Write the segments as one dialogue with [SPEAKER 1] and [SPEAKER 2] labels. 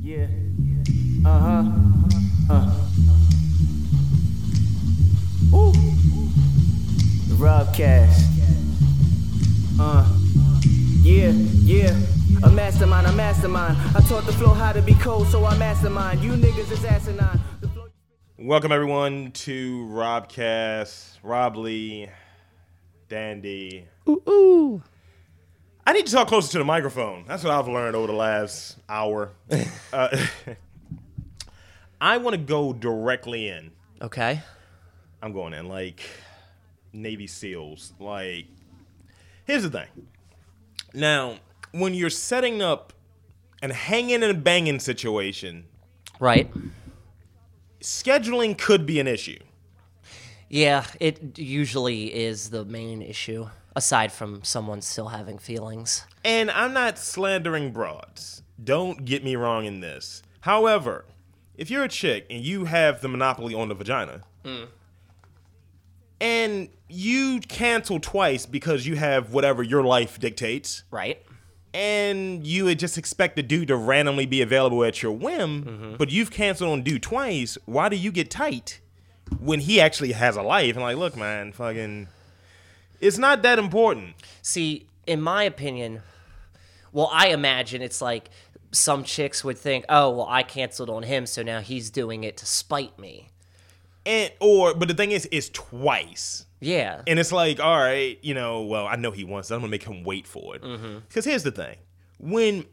[SPEAKER 1] Yeah. Uh huh. Uh. Ooh. The Rubcast. Uh. Yeah, yeah. A mastermind, a mastermind. I taught the flow how to be cold, so I mastermind. You niggas is asinine. The flow-
[SPEAKER 2] Welcome everyone to Robcast, Rob Lee, Dandy.
[SPEAKER 3] Ooh, ooh.
[SPEAKER 2] I need to talk closer to the microphone. That's what I've learned over the last hour. uh, I want to go directly in.
[SPEAKER 4] Okay.
[SPEAKER 2] I'm going in like Navy SEALs. Like, here's the thing. Now, when you're setting up an hanging and banging situation,
[SPEAKER 4] Right.
[SPEAKER 2] scheduling could be an issue.
[SPEAKER 4] Yeah, it usually is the main issue, aside from someone still having feelings.
[SPEAKER 2] And I'm not slandering broads. Don't get me wrong in this. However, if you're a chick and you have the monopoly on the vagina, and you cancel twice because you have whatever your life dictates,
[SPEAKER 4] Right.
[SPEAKER 2] and you would just expect the dude to randomly be available at your whim, but you've canceled on dude twice, why do you get tight when he actually has a life? And like, look, man, fucking, it's not that important.
[SPEAKER 4] See, in my opinion, well, I imagine it's like some chicks would think, oh, well, I canceled on him, so now he's doing it to spite me.
[SPEAKER 2] And or, but the thing is, it's twice.
[SPEAKER 4] Yeah.
[SPEAKER 2] And it's like, all right, you know, well, I know he wants it. I'm gonna make him wait for it. Because
[SPEAKER 4] Mm-hmm.
[SPEAKER 2] here's the thing: when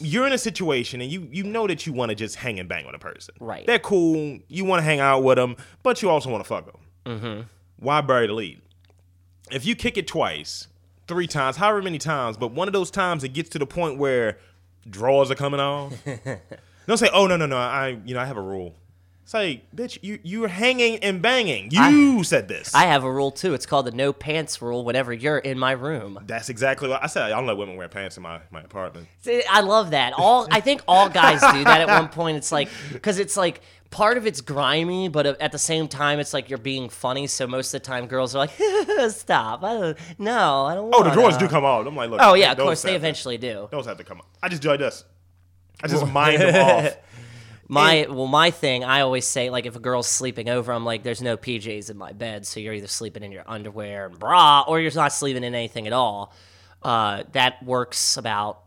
[SPEAKER 2] you're in a situation and you you know that you want to just hang and bang on a person,
[SPEAKER 4] Right.
[SPEAKER 2] They're cool. You want to hang out with them, but you also want to fuck them.
[SPEAKER 4] Mm-hmm.
[SPEAKER 2] Why bury the lead? If you kick it twice, three times, however many times, but one of those times it gets to the point where drawers are coming off. Don't say, "Oh no, no, no! I, you know, I have a rule." It's like, bitch, you you're hanging and banging. You said this.
[SPEAKER 4] I have a rule too. It's called the no pants rule whenever you're in my room.
[SPEAKER 2] That's exactly what I said. I don't let women wear pants in my, my apartment.
[SPEAKER 4] See, I love that. All I think all guys do that at one point. It's like because it's like part of it's grimy, but at the same time, it's like you're being funny. So most of the time, girls are like, "Stop! I don't, no, I don't."
[SPEAKER 2] Oh, the drawers
[SPEAKER 4] wanna."
[SPEAKER 2] do come off. I'm like, look.
[SPEAKER 4] Oh yeah, of
[SPEAKER 2] those
[SPEAKER 4] course they
[SPEAKER 2] have to-
[SPEAKER 4] eventually do.
[SPEAKER 2] Those have to come off. I just do like this. I just mind them off.
[SPEAKER 4] My well, my thing I always say like if a girl's sleeping over, I'm like, "There's no PJs in my bed, so you're either sleeping in your underwear and bra, or you're not sleeping in anything at all." Uh, that works about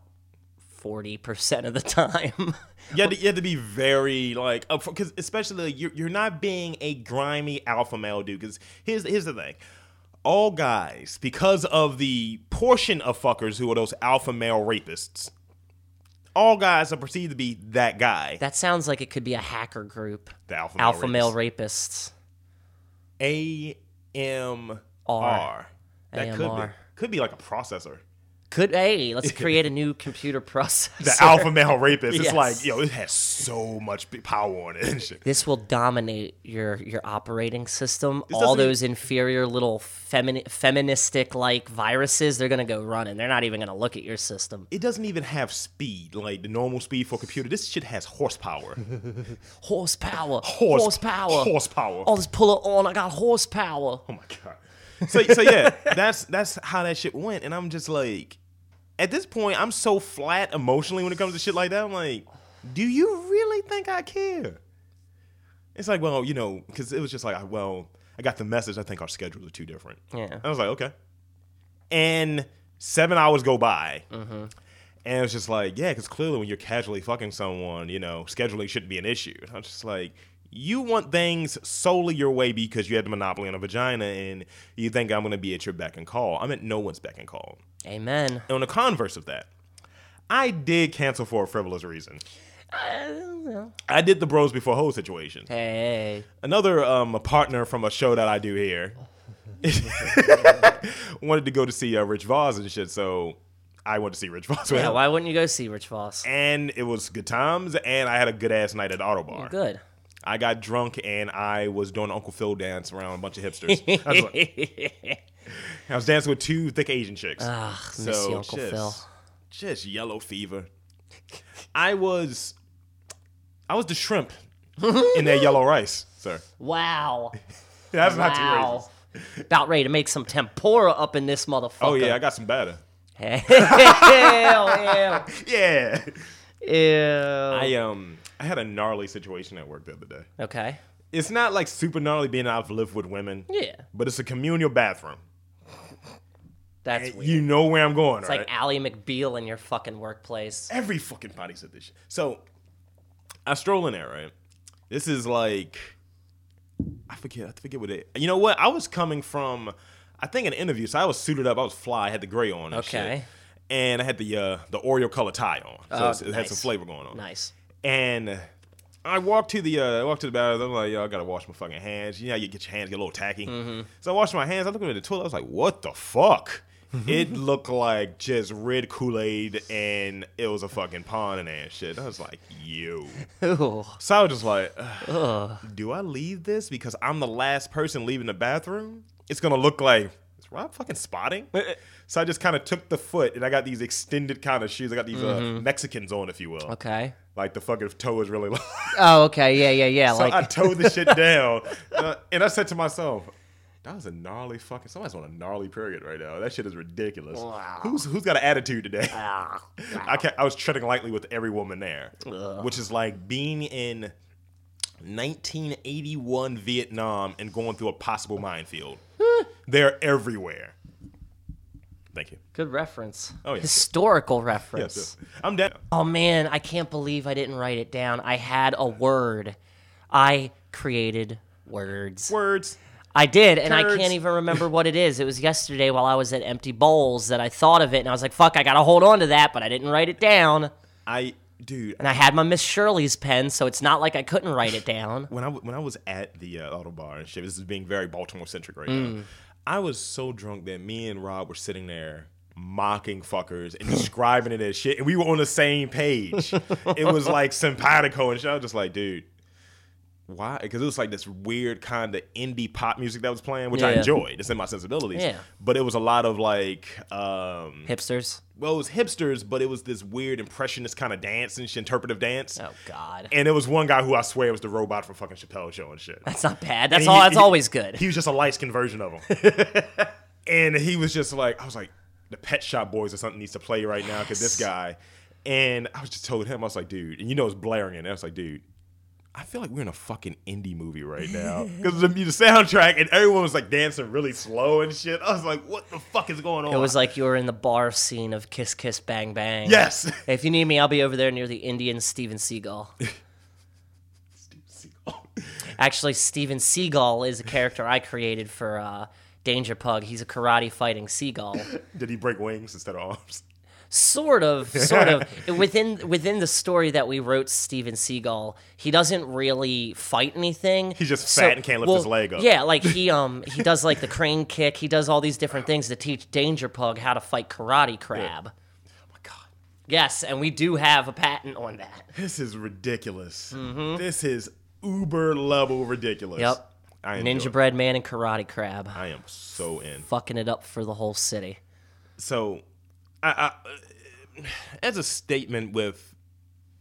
[SPEAKER 4] forty percent of the time.
[SPEAKER 2] You have to, you have to be very like, because especially like, you're you're not being a grimy alpha male dude. Because here's here's the thing, all guys because of the portion of fuckers who are those alpha male rapists, all guys are perceived to be that guy,
[SPEAKER 4] That sounds like it could be a hacker group.
[SPEAKER 2] the alpha male
[SPEAKER 4] Alpha male
[SPEAKER 2] rapist.
[SPEAKER 4] rapists.
[SPEAKER 2] A M R.
[SPEAKER 4] R.
[SPEAKER 2] That could be
[SPEAKER 4] AMR.
[SPEAKER 2] could be like a processor.
[SPEAKER 4] Could hey, let's create a new computer processor.
[SPEAKER 2] The alpha male rapist. It's
[SPEAKER 4] Yes.
[SPEAKER 2] like yo, it has so much big power on it and shit.
[SPEAKER 4] This will dominate your your operating system.
[SPEAKER 2] This
[SPEAKER 4] All
[SPEAKER 2] doesn't- e-
[SPEAKER 4] those inferior little femini- feministic like viruses, they're gonna go running. They're not even gonna look at your system.
[SPEAKER 2] It doesn't even have speed like the normal speed for a computer. This shit has horsepower.
[SPEAKER 4] Horsepower,
[SPEAKER 2] Horse-
[SPEAKER 4] Mm-hmm. horsepower,
[SPEAKER 2] horsepower.
[SPEAKER 4] I'll just pull it on. I got horsepower.
[SPEAKER 2] Oh my god. So so yeah, that's that's how that shit went, and I'm just like, at this point, I'm so flat emotionally when it comes to shit like that. I'm like, do you really think I care? It's like, well, you know, because it was just like, I- well, I got the message. I think our schedules are too different.
[SPEAKER 4] Yeah.
[SPEAKER 2] I was like, okay. And seven hours go by. And it's just like, yeah, because clearly when you're casually fucking someone, you know, scheduling shouldn't be an issue. And I'm just like, you want things solely your way because you had the monopoly on a vagina and you think I'm going to be at your beck and call. I'm at no one's beck and call.
[SPEAKER 4] Amen.
[SPEAKER 2] And on the converse of that, I did cancel for a frivolous reason. I did the bros before hoes situation.
[SPEAKER 4] Hey,
[SPEAKER 2] Another um, a partner from a show that I do here wanted to go to see uh, Rich Voss and shit, so I went to see Rich Voss. with
[SPEAKER 4] yeah.
[SPEAKER 2] him.
[SPEAKER 4] Why wouldn't you go see Rich Voss?
[SPEAKER 2] and it was good times, and I had a good ass night at Auto Bar.
[SPEAKER 4] Good.
[SPEAKER 2] I got drunk and I was doing Uncle Phil dance around a bunch of hipsters. I, was like- I was dancing with two thick Asian chicks.
[SPEAKER 4] Ugh, miss you, Uncle Phil.
[SPEAKER 2] Just yellow fever. I was, I was the shrimp in that yellow rice, sir.
[SPEAKER 4] Wow.
[SPEAKER 2] That's not too racist.
[SPEAKER 4] Wow. About ready to make some tempura up in this motherfucker.
[SPEAKER 2] Oh yeah, I got some batter.
[SPEAKER 4] Hell, hell.
[SPEAKER 2] Yeah.
[SPEAKER 4] Ew.
[SPEAKER 2] I um I had a gnarly situation at work the other day.
[SPEAKER 4] Okay.
[SPEAKER 2] It's not like super gnarly being out of live with women.
[SPEAKER 4] Yeah.
[SPEAKER 2] But it's a communal bathroom.
[SPEAKER 4] That's weird.
[SPEAKER 2] You know where I'm going,
[SPEAKER 4] it's
[SPEAKER 2] right?
[SPEAKER 4] like Ally McBeal in your fucking workplace.
[SPEAKER 2] Every fucking body said this shit. So I stroll in there, right? This is like I forget, I forget what it you know what? I was coming from I think an interview, so I was suited up, I was fly, I had the gray on and
[SPEAKER 4] Okay. Oh,
[SPEAKER 2] shit. And I had the uh the Oreo color tie on. So it's- it had some
[SPEAKER 4] nice.
[SPEAKER 2] flavor going on.
[SPEAKER 4] Nice.
[SPEAKER 2] And I walked to the uh, I walked to the bathroom. I'm like, yo, I gotta wash my fucking hands. You know, how you get your hands get a little tacky. So I washed my hands. I looked at the toilet. I was like, what the fuck? it looked like just red Kool Aid, and it was a fucking pond in there and shit. I was like, yo.
[SPEAKER 4] Ooh.
[SPEAKER 2] So I was just like, do I leave this because I'm the last person leaving the bathroom? It's gonna look like is Rob fucking spotting? so I just kind of took the foot, and I got these extended kind of shoes. I got these uh, Mexicans on, if you will.
[SPEAKER 4] Okay.
[SPEAKER 2] Like the fucking toe is really long.
[SPEAKER 4] Oh, okay. Yeah, yeah, yeah.
[SPEAKER 2] so
[SPEAKER 4] like
[SPEAKER 2] I towed the shit down. Uh, and I said to myself, that was a gnarly fucking somebody's on a gnarly period right now. That shit is ridiculous.
[SPEAKER 4] Wow.
[SPEAKER 2] Who's who's got an attitude today?
[SPEAKER 4] Ah.
[SPEAKER 2] I can I was treading lightly with every woman there. Which is like being in 1981 Vietnam and going through a possible minefield. They're everywhere. Thank you.
[SPEAKER 4] Good reference.
[SPEAKER 2] Oh, yeah.
[SPEAKER 4] Historical reference.
[SPEAKER 2] Yes. I'm down.
[SPEAKER 4] Oh man, I can't believe I didn't write it down. I had a word. I created words.
[SPEAKER 2] Words.
[SPEAKER 4] I did, and I
[SPEAKER 2] Turds.
[SPEAKER 4] can't even remember what it is. It was yesterday while I was at Empty Bowls that I thought of it, and I was like, fuck, I gotta hold on to that, but I didn't write it down.
[SPEAKER 2] I dude,
[SPEAKER 4] And I had my Miss Shirley's pen, so it's not like I couldn't write it down.
[SPEAKER 2] when I w- when I was at the uh, auto bar and shit, this is being very Baltimore centric right
[SPEAKER 4] Mm.
[SPEAKER 2] now. I was so drunk that me and Rob were sitting there mocking fuckers and describing it as shit, and we were on the same page. it was like simpatico and shit. I was just like, dude. Why? Because it was like this weird kind of indie pop music that was playing, which I
[SPEAKER 4] Yeah.
[SPEAKER 2] enjoyed. It's in my sensibilities.
[SPEAKER 4] Yeah.
[SPEAKER 2] But it was a lot of like, um,
[SPEAKER 4] Hipsters.
[SPEAKER 2] well, it was hipsters, but it was this weird impressionist kind of dance and shit, interpretive dance.
[SPEAKER 4] Oh God.
[SPEAKER 2] And it was one guy who I swear was the robot from fucking Chappelle Show and shit.
[SPEAKER 4] That's not bad. That's
[SPEAKER 2] And he-
[SPEAKER 4] all that's
[SPEAKER 2] he-
[SPEAKER 4] always good.
[SPEAKER 2] He was just a light skin version of him. and he was just like, I was like, the Pet Shop Boys or something needs to play right now because this guy. And I was just told him, I was like, dude, and you know it's blaring in. I was like, dude, I feel like we're in a fucking indie movie right now because the, the soundtrack and everyone was like dancing really slow and shit. I was like, what the fuck is going on?
[SPEAKER 4] it was like you were in the bar scene of Kiss Kiss Bang Bang.
[SPEAKER 2] yes.
[SPEAKER 4] If you need me, I'll be over there near the Indian Steven Seagal. Actually, Steven Seagal is a character I created for uh, Danger Pug. He's a karate fighting seagull.
[SPEAKER 2] Did he break wings instead of arms?
[SPEAKER 4] Sort of, sort of. within within the story that we wrote, Steven Seagal, he doesn't really fight anything.
[SPEAKER 2] He's just fat and can't lift his leg up.
[SPEAKER 4] Yeah, like he um he does like the crane kick. He does all these different things to teach Danger Pug how to fight karate crab.
[SPEAKER 2] Oh my God.
[SPEAKER 4] Yes, and we do have a patent on that.
[SPEAKER 2] This is ridiculous.
[SPEAKER 4] Mm-hmm.
[SPEAKER 2] This is uber level ridiculous.
[SPEAKER 4] Yep.
[SPEAKER 2] I am
[SPEAKER 4] Ninja Bread Man and Karate Crab.
[SPEAKER 2] I am so in.
[SPEAKER 4] Fucking it up for the whole city.
[SPEAKER 2] So, I, I, as a statement with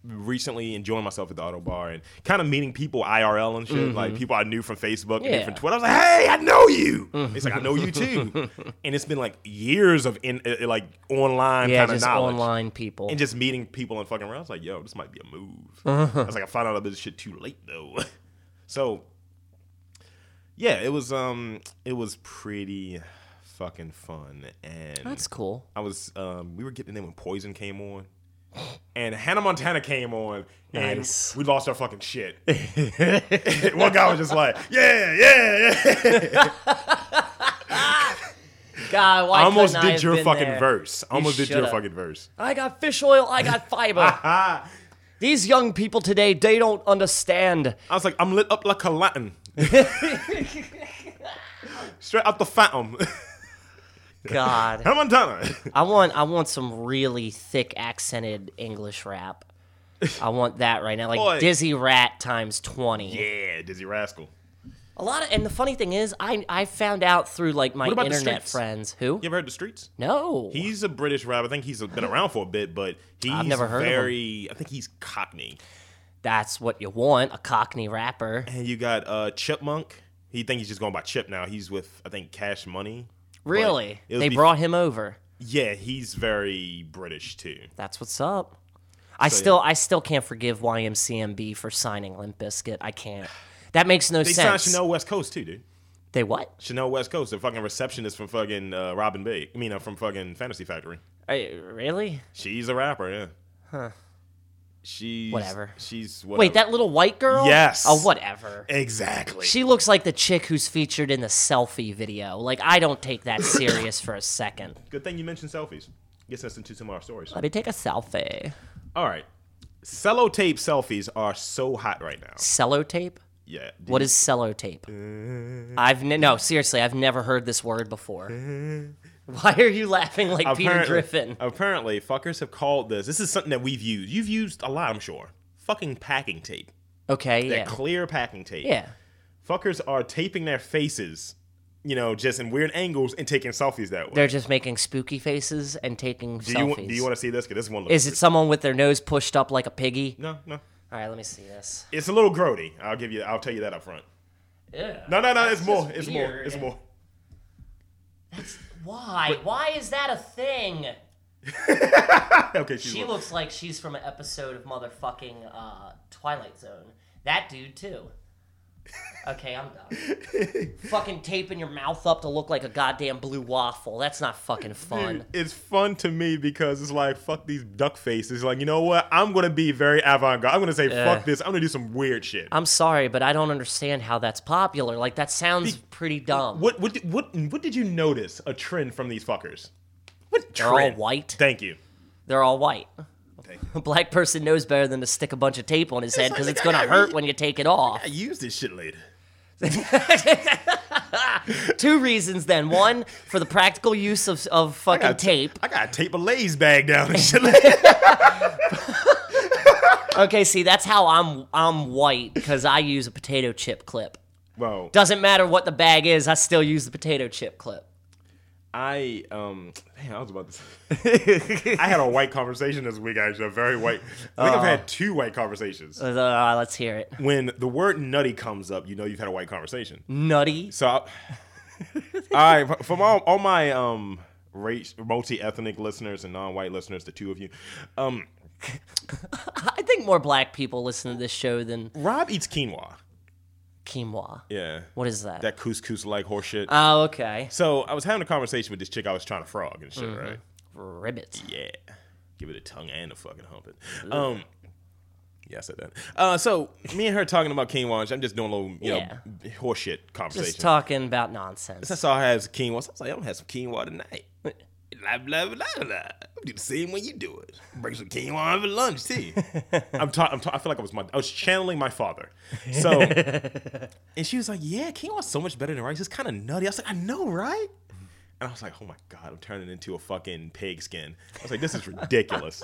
[SPEAKER 2] recently enjoying myself at the auto bar and kind of meeting people IRL and shit, like people I knew from Facebook and
[SPEAKER 4] Mm-hmm. Yeah. Mm-hmm.
[SPEAKER 2] and from Twitter. I was like, hey, I know you. It's like, I know you too. and it's been like years of in, uh, like online
[SPEAKER 4] Yeah,
[SPEAKER 2] kind of
[SPEAKER 4] just
[SPEAKER 2] knowledge.
[SPEAKER 4] online people.
[SPEAKER 2] And just meeting people and fucking around. I was like, yo, this might be a move.
[SPEAKER 4] Uh-huh.
[SPEAKER 2] I was like, I found out about this shit too late though. so yeah, it was um it was pretty fucking fun. And
[SPEAKER 4] That's cool.
[SPEAKER 2] I was um we were getting in when Poison came on. And Hannah Montana came on and
[SPEAKER 4] Nice.
[SPEAKER 2] we lost our fucking shit. One guy was just like, Yeah, yeah, yeah.
[SPEAKER 4] God, why
[SPEAKER 2] I almost
[SPEAKER 4] couldn't I
[SPEAKER 2] did
[SPEAKER 4] have
[SPEAKER 2] your
[SPEAKER 4] been
[SPEAKER 2] fucking
[SPEAKER 4] there?
[SPEAKER 2] verse. I
[SPEAKER 4] You
[SPEAKER 2] almost did your
[SPEAKER 4] shoulda.
[SPEAKER 2] fucking verse.
[SPEAKER 4] I got fish oil. I got fiber. These young people today, they don't understand.
[SPEAKER 2] I was like, I'm lit up like a Latin. Straight out the fountain.
[SPEAKER 4] God,
[SPEAKER 2] Hannah Montana.
[SPEAKER 4] I want, I want some really thick accented English rap. I want that right now, like
[SPEAKER 2] Boy.
[SPEAKER 4] Dizzy Rat times twenty.
[SPEAKER 2] yeah, Dizzy Rascal.
[SPEAKER 4] A lot of, and the funny thing is, I I found out through like my
[SPEAKER 2] What about the
[SPEAKER 4] internet
[SPEAKER 2] Streets?
[SPEAKER 4] friends who
[SPEAKER 2] You ever heard the streets?
[SPEAKER 4] no,
[SPEAKER 2] He's a British rapper. I think he's been around for a bit, but he's
[SPEAKER 4] never heard of him.
[SPEAKER 2] very. I think he's Cockney.
[SPEAKER 4] that's what you want, a Cockney rapper.
[SPEAKER 2] And you got uh, Chipmunk. He think he's just going by Chip now. He's with I think Cash Money. But
[SPEAKER 4] Really,
[SPEAKER 2] it was
[SPEAKER 4] they
[SPEAKER 2] bef-
[SPEAKER 4] brought him over.
[SPEAKER 2] Yeah, he's very British too.
[SPEAKER 4] That's what's up. I still I still can't forgive YMCMB for signing Limp Bizkit. I can't. That makes no
[SPEAKER 2] They signed
[SPEAKER 4] sense.
[SPEAKER 2] Chanel West Coast too, dude.
[SPEAKER 4] They what?
[SPEAKER 2] Chanel West Coast, the fucking receptionist from fucking uh, Robin Bay. I mean, uh, from fucking Fantasy Factory.
[SPEAKER 4] Uh, really?
[SPEAKER 2] She's a rapper, yeah. Huh. She's
[SPEAKER 4] Whatever.
[SPEAKER 2] She's whatever.
[SPEAKER 4] Wait, that little white girl?
[SPEAKER 2] Yes.
[SPEAKER 4] Oh, whatever.
[SPEAKER 2] exactly.
[SPEAKER 4] She looks like the chick who's featured in the selfie video. Like I don't take that serious for a second.
[SPEAKER 2] Good thing you mentioned selfies. Gets us into some of our stories.
[SPEAKER 4] Let me take a selfie.
[SPEAKER 2] All right. Sellotape selfies are so hot right now.
[SPEAKER 4] Cellotape?
[SPEAKER 2] Yeah. dude.
[SPEAKER 4] What is cellotape?
[SPEAKER 2] Uh.
[SPEAKER 4] I've ne- no seriously, I've never heard this word before.
[SPEAKER 2] Uh.
[SPEAKER 4] Why are you laughing like Peter Griffin?
[SPEAKER 2] Apparently, fuckers have called this. This is something that we've used. You've used a lot, I'm sure. Fucking packing tape.
[SPEAKER 4] Okay,
[SPEAKER 2] That
[SPEAKER 4] yeah,
[SPEAKER 2] clear packing tape.
[SPEAKER 4] yeah.
[SPEAKER 2] Fuckers are taping their faces, you know, just in weird angles and taking selfies that way.
[SPEAKER 4] They're just making spooky faces and taking
[SPEAKER 2] do you
[SPEAKER 4] selfies.
[SPEAKER 2] want? Do you want to see this? Because this one looks.
[SPEAKER 4] Is it someone with their nose pushed up like a piggy?
[SPEAKER 2] No, no.
[SPEAKER 4] All right, let me see this.
[SPEAKER 2] It's a little grody. I'll give you. I'll tell you that up front.
[SPEAKER 4] Yeah.
[SPEAKER 2] No, no, no. It's more.
[SPEAKER 4] just
[SPEAKER 2] It's more.
[SPEAKER 4] weird.
[SPEAKER 2] It's more.
[SPEAKER 4] Why? Why is that a thing?
[SPEAKER 2] Okay, she's
[SPEAKER 4] She
[SPEAKER 2] one.
[SPEAKER 4] looks like she's from an episode of motherfucking uh, Twilight Zone. That dude too. Okay, I'm done. fucking taping your mouth up to look like a goddamn blue waffle. That's not fucking fun.
[SPEAKER 2] Dude, it's fun to me because it's like fuck these duck faces. Like you know what? I'm gonna be very avant-garde. I'm gonna say fuck this. I'm gonna do some weird shit.
[SPEAKER 4] I'm sorry, but I don't understand how that's popular. Like that sounds pretty dumb.
[SPEAKER 2] what what what what did you notice a trend from these fuckers? What
[SPEAKER 4] They're all
[SPEAKER 2] trend?
[SPEAKER 4] white.
[SPEAKER 2] Thank you.
[SPEAKER 4] They're all white.
[SPEAKER 2] Thank
[SPEAKER 4] A black person knows better than to stick a bunch of tape on his head
[SPEAKER 2] like
[SPEAKER 4] because
[SPEAKER 2] the
[SPEAKER 4] it's
[SPEAKER 2] guy
[SPEAKER 4] gonna
[SPEAKER 2] I
[SPEAKER 4] hurt
[SPEAKER 2] read-
[SPEAKER 4] when you take it off.
[SPEAKER 2] I use this shit later.
[SPEAKER 4] Two reasons then. One, for the practical use of, of fucking
[SPEAKER 2] I got
[SPEAKER 4] tape.
[SPEAKER 2] I gotta tape a Lay's bag down and shit. Later.
[SPEAKER 4] Okay, see, that's how I'm I'm white because I use a potato chip clip.
[SPEAKER 2] Bro,
[SPEAKER 4] Doesn't matter what the bag is, I still use the potato chip clip.
[SPEAKER 2] I um, man, I was about to. Say, I had a white conversation this week. Actually, a very white. I think I've had two white conversations.
[SPEAKER 4] Uh, let's hear it.
[SPEAKER 2] When the word nutty comes up, you know you've had a white conversation.
[SPEAKER 4] Nutty.
[SPEAKER 2] So, I, all right, from all, all my um race, multi-ethnic listeners and non-white listeners, the two of you, um,
[SPEAKER 4] I think more black people listen to this show than
[SPEAKER 2] Rob eats quinoa.
[SPEAKER 4] quinoa.
[SPEAKER 2] Yeah,
[SPEAKER 4] What is that?
[SPEAKER 2] that couscous-like horseshit.
[SPEAKER 4] oh, okay.
[SPEAKER 2] so I was having a conversation with this chick I was trying to frog and shit,
[SPEAKER 4] Mm-hmm.
[SPEAKER 2] right?
[SPEAKER 4] Ribbit.
[SPEAKER 2] Yeah, give it a tongue and a fucking humping. Um, yeah, I said that. Uh, so me and her talking about quinoa, and shit, I'm just doing a little, you
[SPEAKER 4] Yeah.
[SPEAKER 2] know, horseshit conversation.
[SPEAKER 4] Just talking about nonsense.
[SPEAKER 2] I saw her have some quinoa. So I was like, I'm gonna have some quinoa tonight. Blah blah blah blah. I'm do the same when you do it. Bring some quinoa over lunch too. I'm ta- I'm ta- I feel like I was my I was channeling my father. So, and she was like, "Yeah, quinoa's so much better than rice. It's kind of nutty." I was like, "I know, right?" And I was like, "Oh my god, I'm turning into a fucking pigskin." I was like, "This is ridiculous."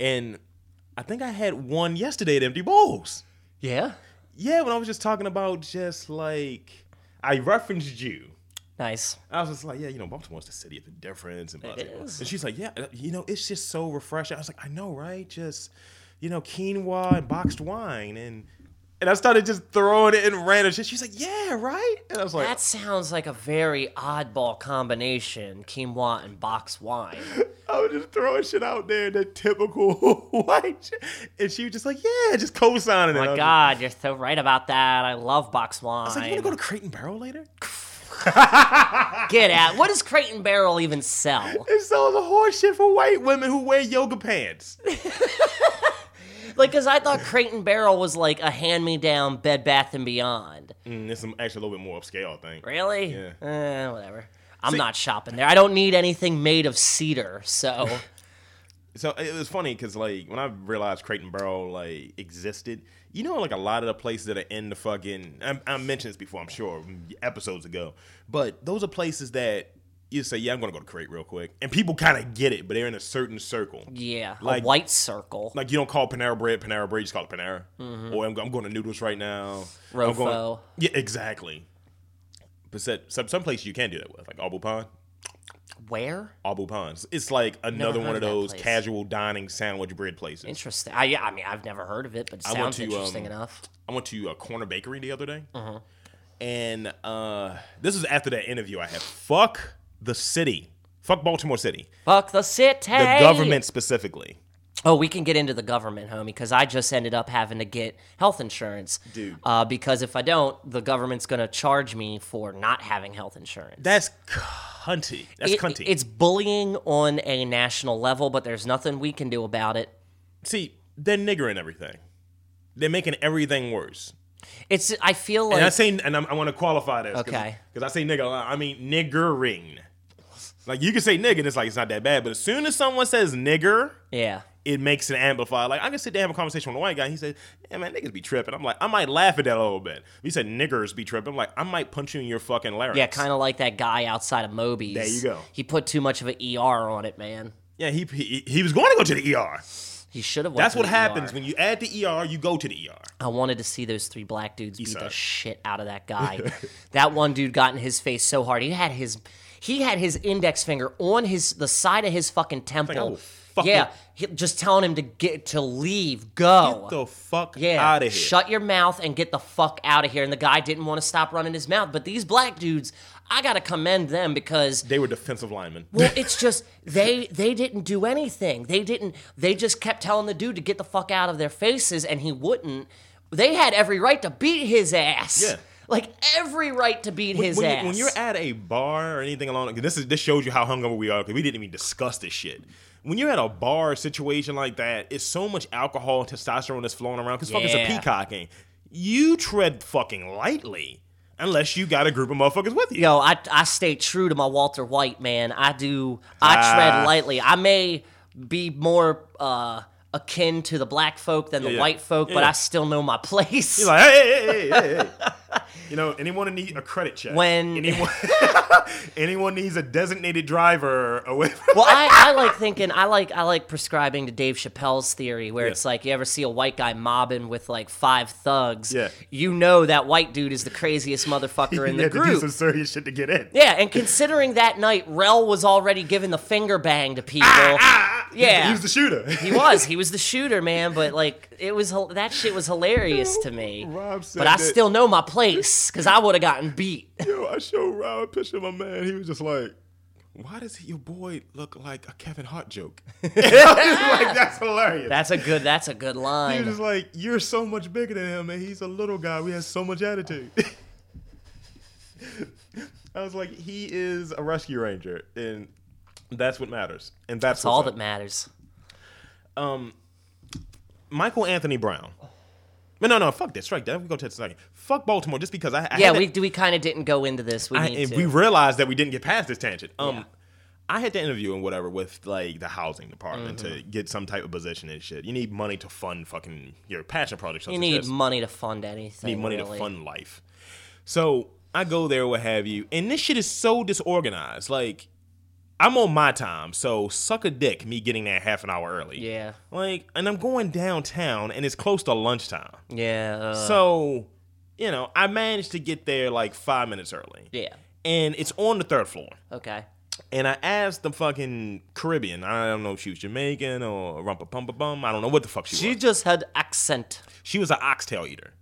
[SPEAKER 2] and I think I had one yesterday at Empty Bowls.
[SPEAKER 4] Yeah.
[SPEAKER 2] Yeah, when I was just talking about just like I referenced you.
[SPEAKER 4] Nice.
[SPEAKER 2] I was just like, yeah, you know, Baltimore's the city of indifference and blah, blah, blah.
[SPEAKER 4] is.
[SPEAKER 2] And she's like, yeah, you know, it's just so refreshing. I was like, I know, right? Just, you know, quinoa and boxed wine and and I started just throwing it in random shit. She's like, yeah, right? And I was like,
[SPEAKER 4] That sounds like a very oddball combination: quinoa and box wine.
[SPEAKER 2] I was just throwing shit out there, the typical white shit. And she was just like, yeah, just co-signing it.
[SPEAKER 4] My
[SPEAKER 2] I was
[SPEAKER 4] God, you're so right about that. I love box wine.
[SPEAKER 2] Like, I was like, you want to go to Crate and Barrel later?
[SPEAKER 4] Get out. What does Crate and Barrel even sell?
[SPEAKER 2] It sells a horse shit for white women who wear yoga pants.
[SPEAKER 4] Like, because I thought Crate and Barrel was like a hand me down Bed Bath and Beyond.
[SPEAKER 2] Mm, it's some actually a little bit more upscale, I think.
[SPEAKER 4] Really? Eh, whatever. I'm
[SPEAKER 2] See-
[SPEAKER 4] not shopping there. I don't need anything made of cedar. So,
[SPEAKER 2] So it was funny because like when I realized Crate and Barrel like existed, you know, like a lot of the places that are in the fucking I, I mentioned this before, I'm sure episodes ago, but those are places that you say, yeah, I'm gonna go to Crate real quick, and people kind of get it, but they're in a certain circle.
[SPEAKER 4] yeah,
[SPEAKER 2] Like-
[SPEAKER 4] a white circle.
[SPEAKER 2] Like you don't call Panera Bread Panera Bread, you just call it Panera. Or I'm, I'm going to noodles right now. I'm going,
[SPEAKER 4] Mm-hmm. Rofo.
[SPEAKER 2] yeah, exactly. But said, some some places you can do that with, like Abu Pond.
[SPEAKER 4] Where?
[SPEAKER 2] Abu Pons. It's like another
[SPEAKER 4] heard
[SPEAKER 2] one
[SPEAKER 4] of
[SPEAKER 2] of
[SPEAKER 4] that
[SPEAKER 2] those
[SPEAKER 4] place.
[SPEAKER 2] casual dining sandwich bread places.
[SPEAKER 4] Interesting. I, yeah, I mean, I've never heard of it, but it
[SPEAKER 2] went
[SPEAKER 4] sounds
[SPEAKER 2] to,
[SPEAKER 4] interesting
[SPEAKER 2] um,
[SPEAKER 4] enough.
[SPEAKER 2] I went to a corner bakery the other day, and uh, this is after that interview I had. Fuck the city, fuck Baltimore City,
[SPEAKER 4] Fuck the city.
[SPEAKER 2] the government specifically.
[SPEAKER 4] Oh, we can get into the government, homie, because I just ended up having to get health insurance.
[SPEAKER 2] Dude.
[SPEAKER 4] Uh, because if I don't, the government's going to charge me for not having health insurance.
[SPEAKER 2] That's cunty. That's
[SPEAKER 4] It-
[SPEAKER 2] cunty.
[SPEAKER 4] It's bullying on a national level, but there's nothing we can do about it.
[SPEAKER 2] See, they're niggering everything. They're making everything worse.
[SPEAKER 4] It's I feel like
[SPEAKER 2] and I say, and I'm, I want to qualify this.
[SPEAKER 4] Okay.
[SPEAKER 2] Because I say nigga a lot. I mean niggering. Like you can say nigga, and it's like it's not that bad. But as soon as someone says nigger,
[SPEAKER 4] yeah.
[SPEAKER 2] it makes it amplified. Like I can sit down and have a conversation with a white guy. And he says, "Yeah, man, niggas be tripping." I'm like, I might laugh at that a little bit. He said, "Niggers be tripping." I'm like, I might punch you in your fucking larynx.
[SPEAKER 4] Yeah, kind of like that guy outside of Moby's.
[SPEAKER 2] There you go.
[SPEAKER 4] He put too much of an ER on it, man.
[SPEAKER 2] Yeah, he, he he was going to go to the ER.
[SPEAKER 4] He should have.
[SPEAKER 2] That's what happens when you add the ER, you go to the ER.
[SPEAKER 4] I wanted to see those three black dudes beat the
[SPEAKER 2] side.
[SPEAKER 4] shit out of that guy. that one dude got in his face so hard. He had his he had his index finger on his the side of his fucking temple.
[SPEAKER 2] will oh, fuck
[SPEAKER 4] yeah,
[SPEAKER 2] it.
[SPEAKER 4] he- just telling him to get to leave, go.
[SPEAKER 2] Get the fuck
[SPEAKER 4] Oh, yeah,
[SPEAKER 2] out of here.
[SPEAKER 4] shut your mouth and get the fuck out of here. And the guy didn't want to stop running his mouth, but these black dudes, I gotta commend them because
[SPEAKER 2] They were defensive linemen.
[SPEAKER 4] Well, it's just they they didn't do anything. They didn't. They just kept telling the dude to get the fuck out of their faces, and he wouldn't. They had every right to beat his ass.
[SPEAKER 2] Yeah.
[SPEAKER 4] Like every right to beat his
[SPEAKER 2] when,
[SPEAKER 4] ass.
[SPEAKER 2] You, when you're at a bar or anything along, 'cause this is this shows you how hungover we are because we didn't even discuss this shit. When you're at a bar situation like that, it's so much alcohol and testosterone that's flowing around because fuck, it's a
[SPEAKER 4] Yeah.
[SPEAKER 2] peacocking. You tread fucking lightly unless you got a group of motherfuckers with you.
[SPEAKER 4] Yo, I I stay true to my Walter White man. I do. I tread
[SPEAKER 2] Ah.
[SPEAKER 4] lightly. I may be more uh, akin to the black folk than the
[SPEAKER 2] Yeah, yeah.
[SPEAKER 4] white folk, but
[SPEAKER 2] Yeah.
[SPEAKER 4] I still know my place.
[SPEAKER 2] You're like, hey, hey, hey, hey, hey, hey. you know, anyone need a credit check?
[SPEAKER 4] When-
[SPEAKER 2] anyone, anyone needs a designated driver away from
[SPEAKER 4] Well, I, I like thinking I like I like prescribing to Dave Chappelle's theory where
[SPEAKER 2] Yeah.
[SPEAKER 4] it's like you ever see a white guy mobbing with like five thugs,
[SPEAKER 2] Yeah.
[SPEAKER 4] you know that white dude is the craziest motherfucker in
[SPEAKER 2] you
[SPEAKER 4] the
[SPEAKER 2] had to do
[SPEAKER 4] group.
[SPEAKER 2] some serious shit to get in.
[SPEAKER 4] Yeah, and considering that night Rel was already giving the finger bang to people.
[SPEAKER 2] Ah,
[SPEAKER 4] yeah.
[SPEAKER 2] he was the shooter.
[SPEAKER 4] He was. He was the shooter, man. But like, it was hil- that shit was hilarious to me.
[SPEAKER 2] Rob said
[SPEAKER 4] but I
[SPEAKER 2] that-
[SPEAKER 4] still know my place because I would have gotten beat.
[SPEAKER 2] Yo, I showed Rob a picture of my man. He was just like, "Why does your boy look like a Kevin Hart joke?" I was like, "That's hilarious."
[SPEAKER 4] That's a good. That's a good
[SPEAKER 2] he
[SPEAKER 4] line.
[SPEAKER 2] was just like, "You're so much bigger than him, and he's a little guy. We have so much attitude." I was like, "He is a rescue ranger, and that's what matters, and that's,
[SPEAKER 4] It's all
[SPEAKER 2] what's
[SPEAKER 4] that matters.
[SPEAKER 2] up. Michael Anthony Brown. No, no, no. Fuck this. Strike that. We go to the second. Fuck Baltimore. Just because I, I
[SPEAKER 4] Yeah,
[SPEAKER 2] had
[SPEAKER 4] we we kind of didn't go into this. We
[SPEAKER 2] I,
[SPEAKER 4] need
[SPEAKER 2] and
[SPEAKER 4] to.
[SPEAKER 2] we realized that we didn't get past this tangent. Um,
[SPEAKER 4] Yeah.
[SPEAKER 2] I had to interview and whatever with like the housing department
[SPEAKER 4] Mm-hmm.
[SPEAKER 2] to get some type of position and shit. You need money to fund fucking your passion projects. such
[SPEAKER 4] You
[SPEAKER 2] as
[SPEAKER 4] need
[SPEAKER 2] this.
[SPEAKER 4] money to fund anything.
[SPEAKER 2] You need money
[SPEAKER 4] really.
[SPEAKER 2] to fund life. So I go there, what have you, and this shit is so disorganized. Like I'm on my time, so suck a dick me getting there half an hour early.
[SPEAKER 4] Yeah.
[SPEAKER 2] Like, and I'm going downtown, and it's close to lunchtime.
[SPEAKER 4] Yeah. uh,
[SPEAKER 2] So, you know, I managed to get there like five minutes early.
[SPEAKER 4] yeah.
[SPEAKER 2] And it's on the third floor.
[SPEAKER 4] Okay.
[SPEAKER 2] And I asked the fucking Caribbean. I don't know if she was Jamaican or rumpa pumpa bum. I don't know what the fuck she,
[SPEAKER 4] She
[SPEAKER 2] was.
[SPEAKER 4] just had accent.
[SPEAKER 2] She was an oxtail eater.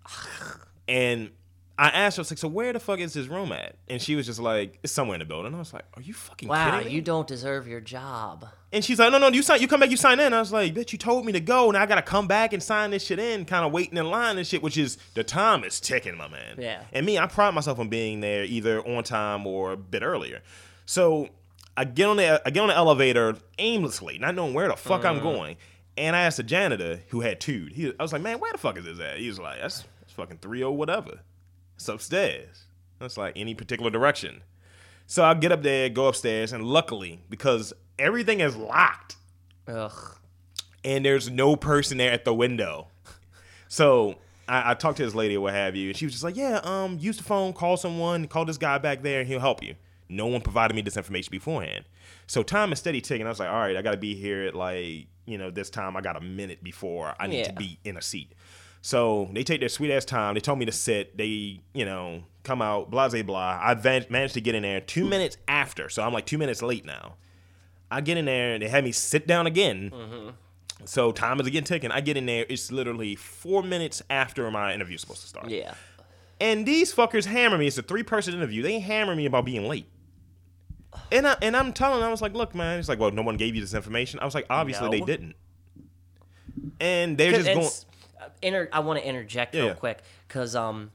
[SPEAKER 2] and I asked her, I was like, so where the fuck is this room at? And she was just like, it's somewhere in the building. I was like, are you fucking
[SPEAKER 4] Wow,
[SPEAKER 2] kidding me?
[SPEAKER 4] you don't deserve your job.
[SPEAKER 2] and she's like, no, no, you sign, you come back, you sign in. I was like, bitch, you told me to go, and I gotta come back and sign this shit in, kind of waiting in line and shit, which is the time is ticking, my man.
[SPEAKER 4] Yeah.
[SPEAKER 2] And me, I pride myself on being there either on time or a bit earlier. So I get on the I get on the elevator aimlessly, not knowing where the fuck I'm going. And I asked the janitor who had two. He, I was like, man, where the fuck is this at? He was like, that's, that's fucking 30 whatever. It's upstairs. That's like any particular direction. So I get up there, go upstairs, and luckily, because everything is locked
[SPEAKER 4] Ugh.
[SPEAKER 2] and there's no person there at the window. So I, I talked to this lady or what have you, and she was just like, Yeah, um, use the phone, call someone, call this guy back there, and he'll help you. No one provided me this information beforehand. So time is steady ticking. I was like, all right, I gotta be here at like, you know, this time I got a minute before I need to
[SPEAKER 4] Yeah.
[SPEAKER 2] be in a seat. So they take their sweet ass time. They told me to sit. They, you know, come out, blah, blah, blah. I van- managed to get in there two minutes after. So I'm like two minutes late now. I get in there and they had me sit down again.
[SPEAKER 4] Mm-hmm.
[SPEAKER 2] So time is again ticking. I get in there. It's literally four minutes after my interview is supposed to start.
[SPEAKER 4] Yeah.
[SPEAKER 2] And these fuckers hammer me. It's a three person interview. They hammer me about being late. And I and I'm telling. them, I was like, look, man. It's like, well, no one gave you this information. I was like, obviously
[SPEAKER 4] No.
[SPEAKER 2] they didn't. and they're just going.
[SPEAKER 4] It's- uh, inter- I want to interject
[SPEAKER 2] Yeah.
[SPEAKER 4] real quick because um,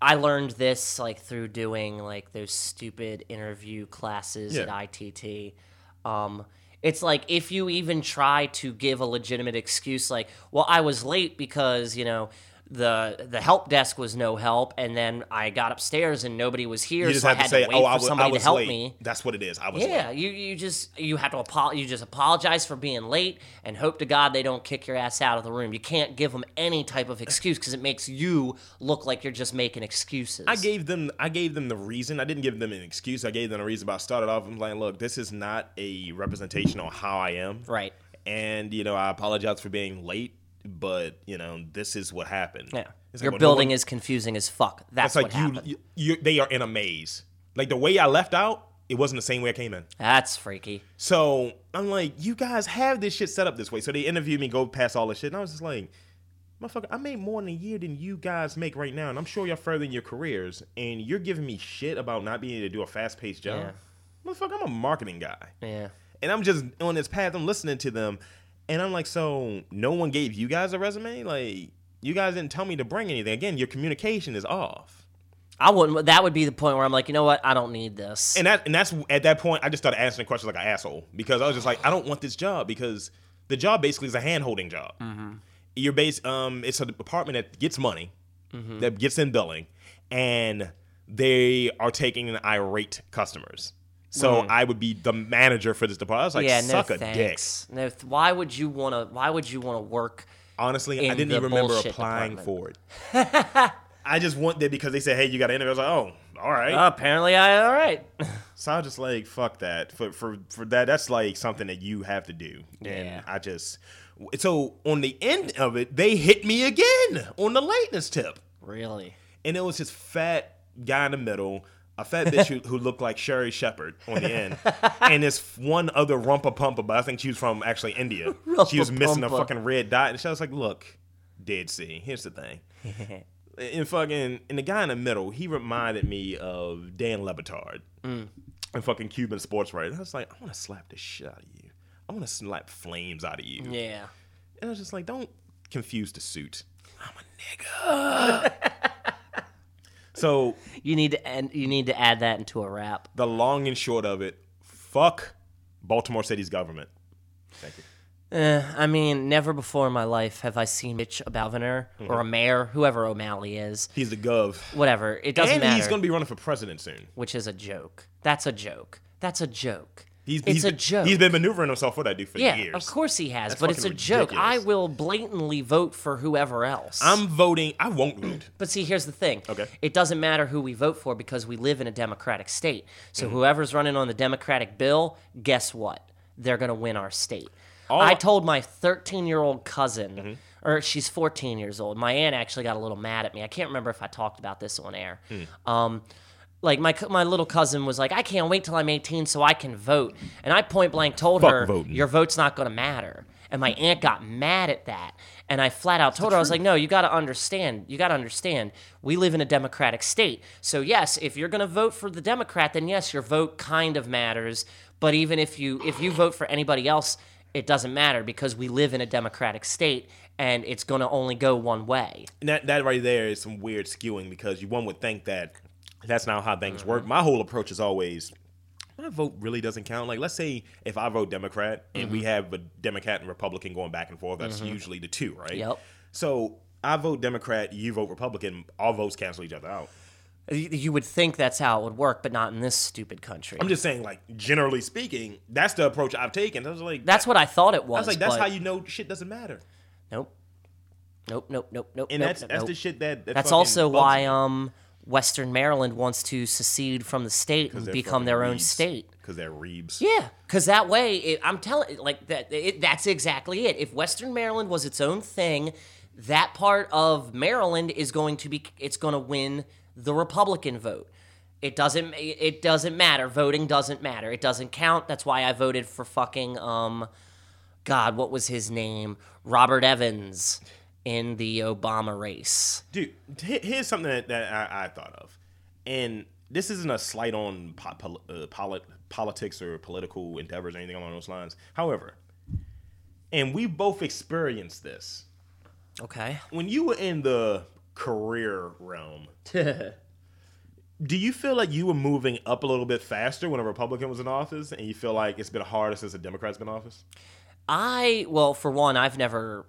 [SPEAKER 4] I learned this like through doing like those stupid interview classes
[SPEAKER 2] Yeah.
[SPEAKER 4] at ITT. Um, it's like if you even try to give a legitimate excuse, like, "Well, I was late because you know." The, the help desk was no help, and then I got upstairs and nobody was here,
[SPEAKER 2] You just
[SPEAKER 4] so I
[SPEAKER 2] have
[SPEAKER 4] had
[SPEAKER 2] to say,
[SPEAKER 4] wait
[SPEAKER 2] "Oh,
[SPEAKER 4] for
[SPEAKER 2] I was,
[SPEAKER 4] somebody
[SPEAKER 2] I was
[SPEAKER 4] to help
[SPEAKER 2] late."
[SPEAKER 4] me.
[SPEAKER 2] That's what it is. I was late.
[SPEAKER 4] Yeah, you you just you have to apo- you just apologize for being late and hope to God they don't kick your ass out of the room. You can't give them any type of excuse because it makes you look like you're just making excuses.
[SPEAKER 2] I gave them I gave them the reason. I didn't give them an excuse. I gave them a reason. But I started off I'm like, look, this is not a representation on how I am.
[SPEAKER 4] Right.
[SPEAKER 2] And, you know, I apologize for being late, but you know, this is what happened.
[SPEAKER 4] yeah.
[SPEAKER 2] It's like,
[SPEAKER 4] Your
[SPEAKER 2] well, no
[SPEAKER 4] building
[SPEAKER 2] one-
[SPEAKER 4] is confusing as fuck.
[SPEAKER 2] it's
[SPEAKER 4] That's,
[SPEAKER 2] like
[SPEAKER 4] what
[SPEAKER 2] you,
[SPEAKER 4] happened.
[SPEAKER 2] you, you they are in a maze. Like the way I left out, it wasn't the same way I came in.
[SPEAKER 4] That's freaky.
[SPEAKER 2] So I'm like, you guys have this shit set up this way. So they interviewed me, go past all this shit, and I was just like, motherfucker, I made more in a year than you guys make right now, and I'm sure y'all further in your careers, and you're giving me shit about not being able to do a fast paced job. Motherfucker, I'm a marketing guy,
[SPEAKER 4] Yeah.
[SPEAKER 2] and I'm just on this path. I'm listening to them, and I'm like, so no one gave you guys a resume? Like, you guys didn't tell me to bring anything. Again, your communication is off.
[SPEAKER 4] I wouldn't. That would be the point where I'm like, you know what? I don't need this.
[SPEAKER 2] and that and that's at that point I just started answering questions like an asshole because I was just like I don't want this job because the job basically is a hand holding job.
[SPEAKER 4] Mm-hmm.
[SPEAKER 2] You're based um it's a department that gets money
[SPEAKER 4] Mm-hmm.
[SPEAKER 2] that gets in billing and they are taking an irate customers. So I would be the manager for this department. I was like
[SPEAKER 4] Mm. yeah. No
[SPEAKER 2] suck a dick.
[SPEAKER 4] thanks. No. th- why would you want to? Why would you want to work?
[SPEAKER 2] Honestly, I
[SPEAKER 4] in
[SPEAKER 2] didn't
[SPEAKER 4] the
[SPEAKER 2] even remember
[SPEAKER 4] bullshit
[SPEAKER 2] applying
[SPEAKER 4] department.
[SPEAKER 2] for it. I just went there because they said, "Hey, you got an interview." I was like, "Oh, all right."
[SPEAKER 4] Apparently, I all right.
[SPEAKER 2] So I was just like fuck that for for for that. That's like something that you have to do.
[SPEAKER 4] Yeah.
[SPEAKER 2] And I just so on the end of it, they hit me again on the lateness tip,
[SPEAKER 4] really.
[SPEAKER 2] and it was this fat guy in the middle, a fat bitch who, who looked like Sherry Shepherd on the end, and this one other rumpa pumpa, but I think she was from actually India. she was missing a
[SPEAKER 4] Rumpa-pumpa.
[SPEAKER 2] fucking red dot, and she was like, "Look, Dead Sea. Here's the thing." and fucking and the guy in the middle, he reminded me of Dan Lebatard and fucking Cuban sports writer. And I was like, I want to slap the shit out of you. I want to slap flames out of you.
[SPEAKER 4] yeah.
[SPEAKER 2] And I was just like, don't confuse the suit. I'm a nigga. so
[SPEAKER 4] You need to and you need to add that into a rap.
[SPEAKER 2] the long and short of it, fuck Baltimore City's government. Thank you.
[SPEAKER 4] Eh, I mean, never before in my life have I seen Mitch a governor
[SPEAKER 2] Mm-hmm.
[SPEAKER 4] or a mayor, whoever O'Malley is,
[SPEAKER 2] He's the gov.
[SPEAKER 4] whatever. It doesn't
[SPEAKER 2] and
[SPEAKER 4] matter.
[SPEAKER 2] he's gonna be running for president soon.
[SPEAKER 4] which is a joke. That's a joke. That's a joke.
[SPEAKER 2] He's,
[SPEAKER 4] it's
[SPEAKER 2] he's
[SPEAKER 4] a
[SPEAKER 2] been,
[SPEAKER 4] joke.
[SPEAKER 2] He's been maneuvering himself for that dude for
[SPEAKER 4] yeah,
[SPEAKER 2] years.
[SPEAKER 4] of course he has, but it's a
[SPEAKER 2] fucking
[SPEAKER 4] joke. I
[SPEAKER 2] ridiculous.
[SPEAKER 4] will blatantly vote for whoever else.
[SPEAKER 2] I'm voting. I won't vote.
[SPEAKER 4] But see, here's the thing.
[SPEAKER 2] Okay.
[SPEAKER 4] It doesn't matter who we vote for because we live in a democratic state. So whoever's running on the democratic bill, guess what? They're going to win our state. I told my 13 year old cousin, or she's 14 years old. My aunt actually got a little mad at me. I can't remember if I talked about this on air. Um, like my co- my little cousin was like, I can't wait till I'm 18 so I can vote. And I point blank told her,
[SPEAKER 2] voting.
[SPEAKER 4] your vote's not going to matter. And my aunt got mad at that. And I flat out told her, I was like, no, you got to understand. You got to understand. We live in a democratic state. So, yes, if you're going to vote for the Democrat, then yes, your vote kind of matters. But even if you if you vote for anybody else, it doesn't matter because we live in a democratic state and it's going to only go one way.
[SPEAKER 2] And that that right there is some weird skewing because you one would think that that's not how things
[SPEAKER 4] Mm-hmm.
[SPEAKER 2] work. My whole approach is always my vote really doesn't count. Like let's say if I vote Democrat and
[SPEAKER 4] Mm-hmm.
[SPEAKER 2] we have a Democrat and Republican going back and forth, that's usually the two, right?
[SPEAKER 4] Yep.
[SPEAKER 2] So I vote Democrat, you vote Republican, all votes cancel each other out.
[SPEAKER 4] You you would think that's how it would work, but not in this stupid country.
[SPEAKER 2] I'm just saying, like generally speaking, that's the approach I've taken. I was like,
[SPEAKER 4] that's what I thought it was.
[SPEAKER 2] I was like, that's
[SPEAKER 4] but-
[SPEAKER 2] how you know shit doesn't matter.
[SPEAKER 4] Nope. Nope. Nope. Nope. Nope.
[SPEAKER 2] And
[SPEAKER 4] nope,
[SPEAKER 2] that's
[SPEAKER 4] nope,
[SPEAKER 2] that's
[SPEAKER 4] nope.
[SPEAKER 2] the shit that, that
[SPEAKER 4] That's
[SPEAKER 2] fucking
[SPEAKER 4] also
[SPEAKER 2] bugs
[SPEAKER 4] why um Western Maryland wants to secede from the state and
[SPEAKER 2] they're
[SPEAKER 4] um, become
[SPEAKER 2] fucking
[SPEAKER 4] their own
[SPEAKER 2] Reebs.
[SPEAKER 4] state.
[SPEAKER 2] because they're Reebs.
[SPEAKER 4] Yeah, because that way, it, I'm telling, like that. It, that's exactly it. If Western Maryland was its own thing, that part of Maryland is going to be, it's going to win the Republican vote. It doesn't, it doesn't matter. Voting doesn't matter. It doesn't count. That's why I voted for fucking um, God, what was his name? Robert Evans in the Obama race.
[SPEAKER 2] dude he- here's something that, that I, I thought of and this isn't a slight on po- pol- uh, polit- politics or political endeavors or anything along those lines however and we both experienced this.
[SPEAKER 4] Okay.
[SPEAKER 2] When you were in the career realm, do you feel like you were moving up a little bit faster when a Republican was in office, and you feel like it's been harder since a Democrat's been in office?
[SPEAKER 4] I well, for one, I've never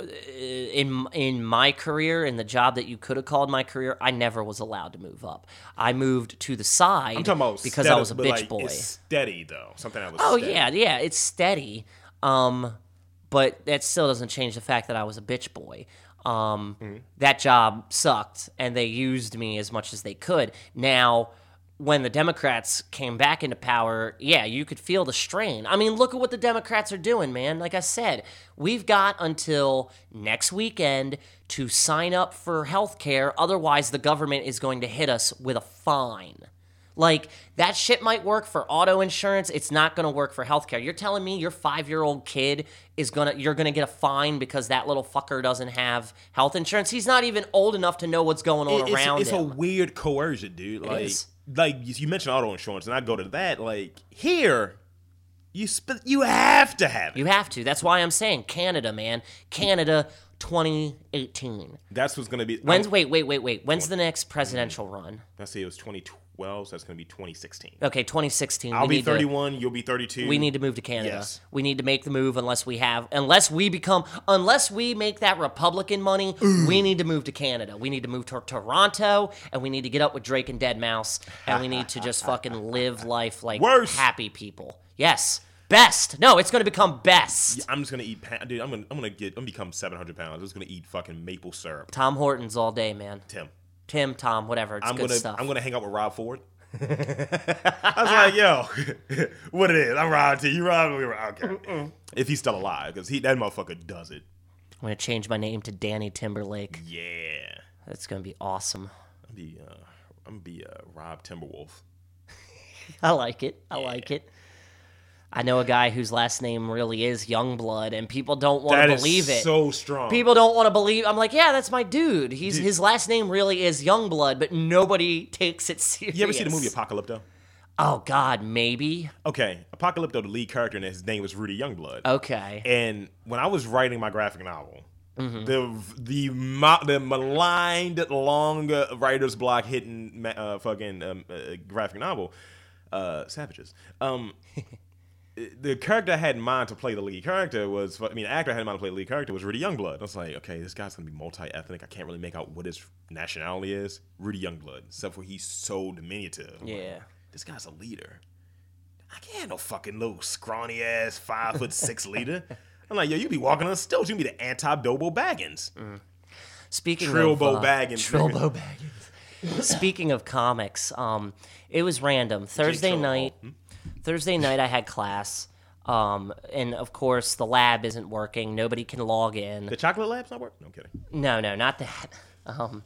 [SPEAKER 4] uh, in in my career in the job that you could have called my career, I never was allowed to move up. I moved to the side
[SPEAKER 2] I'm talking about
[SPEAKER 4] because
[SPEAKER 2] steady,
[SPEAKER 4] I was a
[SPEAKER 2] but,
[SPEAKER 4] bitch
[SPEAKER 2] like,
[SPEAKER 4] boy.
[SPEAKER 2] it's steady though, something that was.
[SPEAKER 4] Oh
[SPEAKER 2] steady.
[SPEAKER 4] yeah, yeah, it's steady. Um, but that still doesn't change the fact that I was a bitch boy. Um, that job sucked, and they used me as much as they could. Now, when the Democrats came back into power, yeah, you could feel the strain. I mean, look at what the Democrats are doing, man. Like I said, we've got until next weekend to sign up for health care. Otherwise, the government is going to hit us with a fine. Like that shit might work for auto insurance. It's not going to work for healthcare. You're telling me your five year old kid is gonna you're gonna get a fine because that little fucker doesn't have health insurance. He's not even old enough to know what's going on
[SPEAKER 2] It- it's,
[SPEAKER 4] around
[SPEAKER 2] it's a
[SPEAKER 4] him.
[SPEAKER 2] weird coercion, dude. like,
[SPEAKER 4] is.
[SPEAKER 2] like you you mentioned auto insurance, and I go to that. Like here, you sp- you have to have it.
[SPEAKER 4] you have to. That's why I'm saying Canada, man. Canada, 2018.
[SPEAKER 2] That's what's gonna be. oh,
[SPEAKER 4] When's wait wait wait wait? When's the next presidential run?
[SPEAKER 2] Let's say it was 2012, so that's gonna be 2016.
[SPEAKER 4] Okay, 2016.
[SPEAKER 2] I'll
[SPEAKER 4] we
[SPEAKER 2] be
[SPEAKER 4] need to-
[SPEAKER 2] 31. you'll be 32.
[SPEAKER 4] we need to move to Canada.
[SPEAKER 2] Yes.
[SPEAKER 4] We need to make the move unless we have unless we become unless we make that Republican money, we need to move to Canada. We need to move to Toronto and we need to get up with Drake and Dead Mouse and we need to just fucking live life like
[SPEAKER 2] Worse.
[SPEAKER 4] happy people. Yes. Best. No, it's going to become best.
[SPEAKER 2] I'm just gonna eat, pa- dude. I'm gonna, I'm gonna get, I'm gonna become 700 pounds. I'm just gonna eat fucking maple syrup.
[SPEAKER 4] Tom Hortons all day, man.
[SPEAKER 2] Tim,
[SPEAKER 4] Tim, Tom, whatever. It's
[SPEAKER 2] I'm
[SPEAKER 4] good
[SPEAKER 2] gonna,
[SPEAKER 4] stuff.
[SPEAKER 2] I'm gonna hang out with Rob Ford. I was like, yo, what it is? I'm riding to you, Rob. We were okay. if he's still alive, because he that motherfucker does it.
[SPEAKER 4] I'm going to change my name to Danny Timberlake.
[SPEAKER 2] Yeah,
[SPEAKER 4] That's going to be awesome.
[SPEAKER 2] I'm be, uh, I'm gonna be uh, Rob Timberwolf.
[SPEAKER 4] I like it. I like it. I know a guy whose last name really is Youngblood, and people don't want
[SPEAKER 2] That
[SPEAKER 4] to
[SPEAKER 2] is
[SPEAKER 4] believe it.
[SPEAKER 2] so strong.
[SPEAKER 4] people don't want to believe. I'm like, yeah, that's my dude. He's his last name really is Youngblood, but nobody takes it serious.
[SPEAKER 2] you ever see the movie Apocalypto?
[SPEAKER 4] Oh God, maybe.
[SPEAKER 2] Okay, Apocalypto, the lead character, and his name was Rudy Youngblood.
[SPEAKER 4] Okay.
[SPEAKER 2] And when I was writing my graphic novel, the the mo- the maligned long uh, writer's block hitting ma- uh, fucking um, uh, graphic novel, uh, savages. Um, the character I had in mind to play the lead character was I mean, the actor I had in mind to play the lead character was Rudy Youngblood. I was like, okay, this guy's gonna be multi ethnic. I can't really make out what his nationality is. Rudy Youngblood, except for he's so diminutive. I'm like,
[SPEAKER 4] yeah.
[SPEAKER 2] this guy's a leader. I can't have no fucking little scrawny ass five foot six leader. I'm like, yo, you be walking on stilts. You be the anti Bilbo Baggins.
[SPEAKER 4] Mm. Speaking of
[SPEAKER 2] Trilbo
[SPEAKER 4] uh,
[SPEAKER 2] Baggins.
[SPEAKER 4] Trilbo Baggins. Speaking of comics, um, it was random Thursday
[SPEAKER 2] Trilbo. Hmm?
[SPEAKER 4] night. Thursday night I had class, um, and of course the lab isn't working. Nobody can log in.
[SPEAKER 2] The chocolate lab's not working? No, I'm kidding.
[SPEAKER 4] No, no, not that. Um,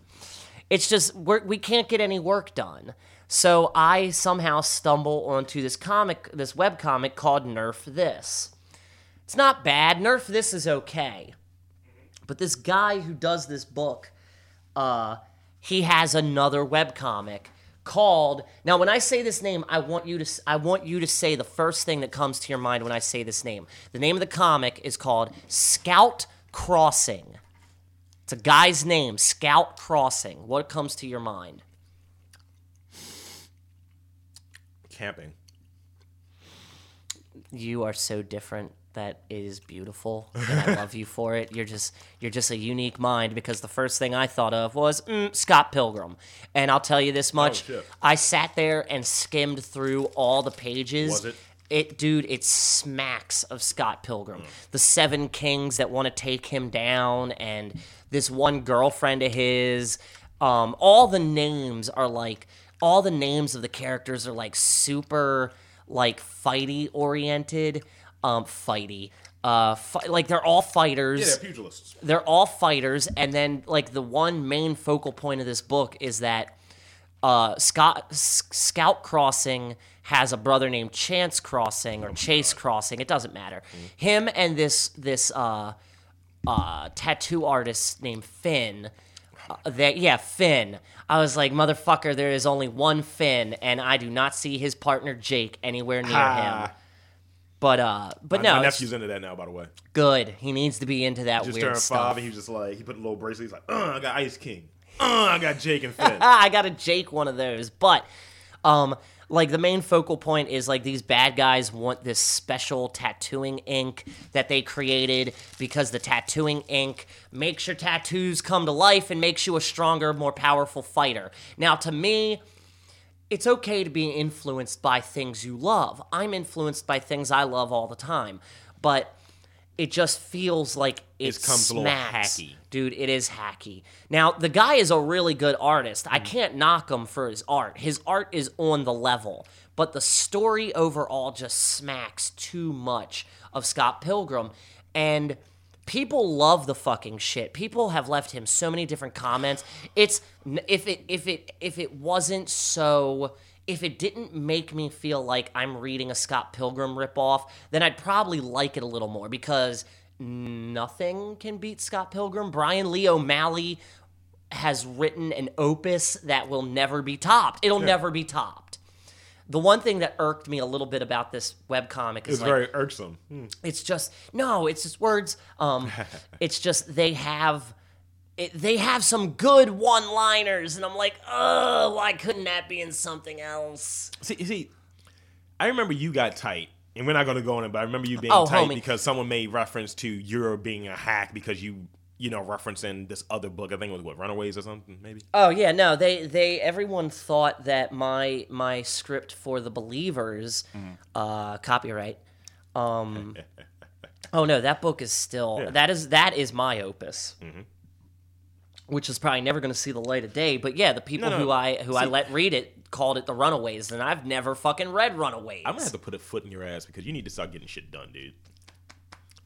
[SPEAKER 4] it's just we're, we can't get any work done. So I somehow stumble onto this comic, this web comic called Nerf This. It's not bad. Nerf This is okay. But this guy who does this book, uh, he has another webcomic called now when i say this name i want you to s- i want you to say the first thing that comes to your mind when i say this name the name of the comic is called scout crossing it's a guy's name, Scout Crossing. What comes to your mind?
[SPEAKER 2] Camping.
[SPEAKER 4] You are so different. That is beautiful, and I love you for it. You're just you're just a unique mind because the first thing I thought of was mm, Scott Pilgrim, and I'll tell you this much:
[SPEAKER 2] shit.
[SPEAKER 4] I sat there and skimmed through all the pages.
[SPEAKER 2] Was it?
[SPEAKER 4] It, dude, it smacks of Scott Pilgrim. The seven kings that want to take him down, and this one girlfriend of his. Um, all the names are like, all the names of the characters are like super, like fighty oriented, um, fighty. Uh, fi- like they're all fighters
[SPEAKER 2] pugilists.
[SPEAKER 4] they're all fighters and then like the one main focal point of this book is that uh, Scott, S- Scout Crossing has a brother named Chance Crossing or Chase Crossing. It doesn't matter.
[SPEAKER 2] Mm-hmm.
[SPEAKER 4] Him and this this uh, uh, tattoo artist named Finn. Uh, that yeah, Finn. I was like, motherfucker, there is only one Finn, and I do not see his partner Jake anywhere near him. But uh, but
[SPEAKER 2] My-
[SPEAKER 4] no,
[SPEAKER 2] my
[SPEAKER 4] it's
[SPEAKER 2] nephew's into that now, by the way.
[SPEAKER 4] good. He needs to be into that
[SPEAKER 2] Just
[SPEAKER 4] weird
[SPEAKER 2] turned
[SPEAKER 4] stuff.
[SPEAKER 2] five, and he was just like, he put a little bracelet. He's like, uh, I got Ice King. Uh, I got Jake and Finn.
[SPEAKER 4] Ah, I gotta Jake one of those. But um like the main focal point is like these bad guys want this special tattooing ink that they created because the tattooing ink makes your tattoos come to life and makes you a stronger, more powerful fighter. Now to me, it's okay to be influenced by things you love. I'm influenced by things I love all the time, but it just feels like it
[SPEAKER 2] It comes a little
[SPEAKER 4] smacks.
[SPEAKER 2] hacky.
[SPEAKER 4] Dude, it is hacky. Now, the guy is a really good artist. I can't knock him for his art. His art is on the level, but the story overall just smacks too much of Scott Pilgrim and people love the fucking shit. People have left him so many different comments. It's if it if it if it wasn't so if it didn't make me feel like I'm reading a Scott Pilgrim ripoff, then I'd probably like it a little more because nothing can beat Scott Pilgrim. Brian Lee O'Malley has written an opus that will never be topped. It'll never be topped. The one thing that irked me a little bit about this webcomic is
[SPEAKER 2] It's
[SPEAKER 4] like,
[SPEAKER 2] very irksome. Hmm.
[SPEAKER 4] it's just no it's just words um it's just they have it, they have some good one liners and i'm like oh why couldn't that be in something else
[SPEAKER 2] See, see, I remember you got tight, and we're not going to go on it, but I remember you being
[SPEAKER 4] Oh,
[SPEAKER 2] tight
[SPEAKER 4] homie.
[SPEAKER 2] because someone made reference to you're being a hack because you, you know, referencing this other book. I think it was what Runaways or something, maybe.
[SPEAKER 4] Oh yeah, no, they they everyone thought that my my script for the believers
[SPEAKER 2] Mm-hmm.
[SPEAKER 4] uh copyright um Oh no, that book is still that is that is my opus.
[SPEAKER 2] Mm-hmm.
[SPEAKER 4] Which is probably never going to see the light of day, but yeah, the people
[SPEAKER 2] No, no.
[SPEAKER 4] who I who I let read it called it the Runaways, and I've never fucking read Runaways.
[SPEAKER 2] I'm gonna have to put a foot in your ass because you need to start getting shit done, dude.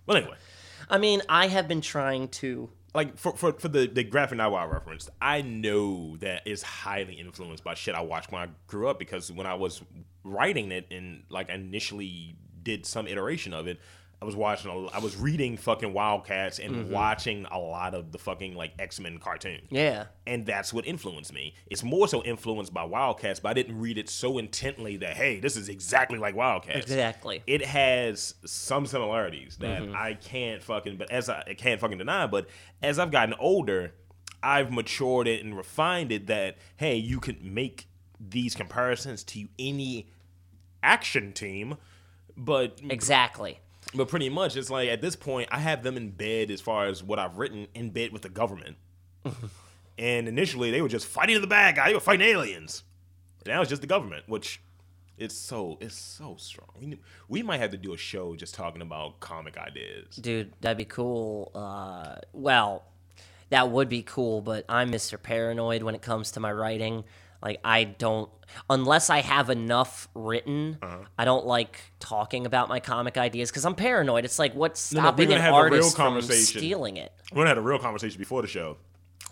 [SPEAKER 2] Well, anyway,
[SPEAKER 4] I mean, I have been trying to.
[SPEAKER 2] like for for, for the the graphic novel I referenced, I know that it's highly influenced by shit I watched when I grew up because when I was writing it and like initially did some iteration of it. I was watching. A, I was reading fucking Wildcats and watching a lot of the fucking like X Men cartoon.
[SPEAKER 4] Yeah.
[SPEAKER 2] and that's what influenced me. It's more so influenced by Wildcats, but I didn't read it so intently that hey, this is exactly like Wildcats.
[SPEAKER 4] Exactly.
[SPEAKER 2] It has some similarities that I can't fucking, but as I, I can't fucking deny. But as I've gotten older, I've matured it and refined it that hey, you can make these comparisons to any action team, but
[SPEAKER 4] Exactly.
[SPEAKER 2] but pretty much, it's like at this point, I have them in bed as far as what I've written in bed with the government. and initially, they were just fighting the bad guy. They were fighting aliens. And now it's just the government, which it's so it's so strong. We, need- we might have to do a show just talking about comic ideas.
[SPEAKER 4] Dude, that'd be cool. Uh, well, that would be cool, but I'm Mr. Paranoid when it comes to my writing. Like, I don't, unless I have enough written,
[SPEAKER 2] Uh-huh.
[SPEAKER 4] I don't like talking about my comic ideas because I'm paranoid. It's like, what's
[SPEAKER 2] no, we're
[SPEAKER 4] stopping
[SPEAKER 2] gonna
[SPEAKER 4] an
[SPEAKER 2] have a real
[SPEAKER 4] artist from
[SPEAKER 2] conversation.
[SPEAKER 4] stealing it?
[SPEAKER 2] We're gonna have a real conversation before the show.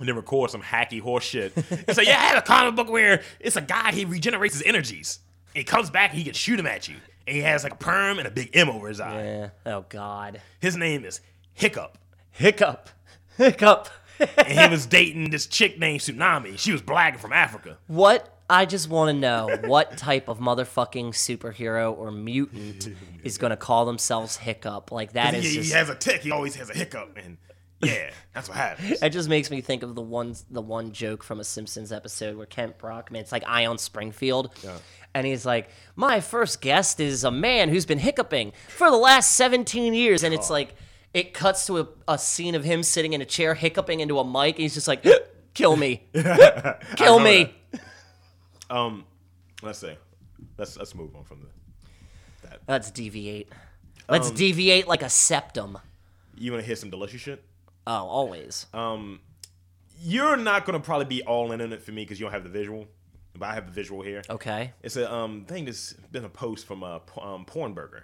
[SPEAKER 2] And then record some hacky horse shit. It's like, yeah, I had a comic book where it's a guy, he regenerates his energies. He comes back and he can shoot him at you. And he has like a perm and a big M over his eye.
[SPEAKER 4] Eh, oh, God.
[SPEAKER 2] His name is Hiccup.
[SPEAKER 4] Hiccup. Hiccup.
[SPEAKER 2] and he was dating this chick named Tsunami. She was black and from Africa.
[SPEAKER 4] What I just want to know what type of motherfucking superhero or mutant is going to call themselves Hiccup? Like that
[SPEAKER 2] He,
[SPEAKER 4] is
[SPEAKER 2] he
[SPEAKER 4] just
[SPEAKER 2] has a tick. He always has a hiccup, and yeah, that's what happens.
[SPEAKER 4] that just makes me think of the one the one joke from a Simpsons episode where Kent Brockman it's like Ion Springfield. And he's like, My first guest is a man who's been hiccuping for the last 17 years. And it's like, it cuts to a, a scene of him sitting in a chair hiccuping into a mic. And he's just like, Kill me. Kill
[SPEAKER 2] know
[SPEAKER 4] me.
[SPEAKER 2] Um, let's see. Let's let's move on from the.
[SPEAKER 4] Let's deviate. Let's
[SPEAKER 2] Um,
[SPEAKER 4] deviate like a septum.
[SPEAKER 2] You want to hear some delicious shit?
[SPEAKER 4] Oh, always.
[SPEAKER 2] Uh, You're not gonna probably be all in on it for me because you don't have the visual, but I have the visual here.
[SPEAKER 4] okay.
[SPEAKER 2] It's a um thing that's been a post from a um, Pornburger.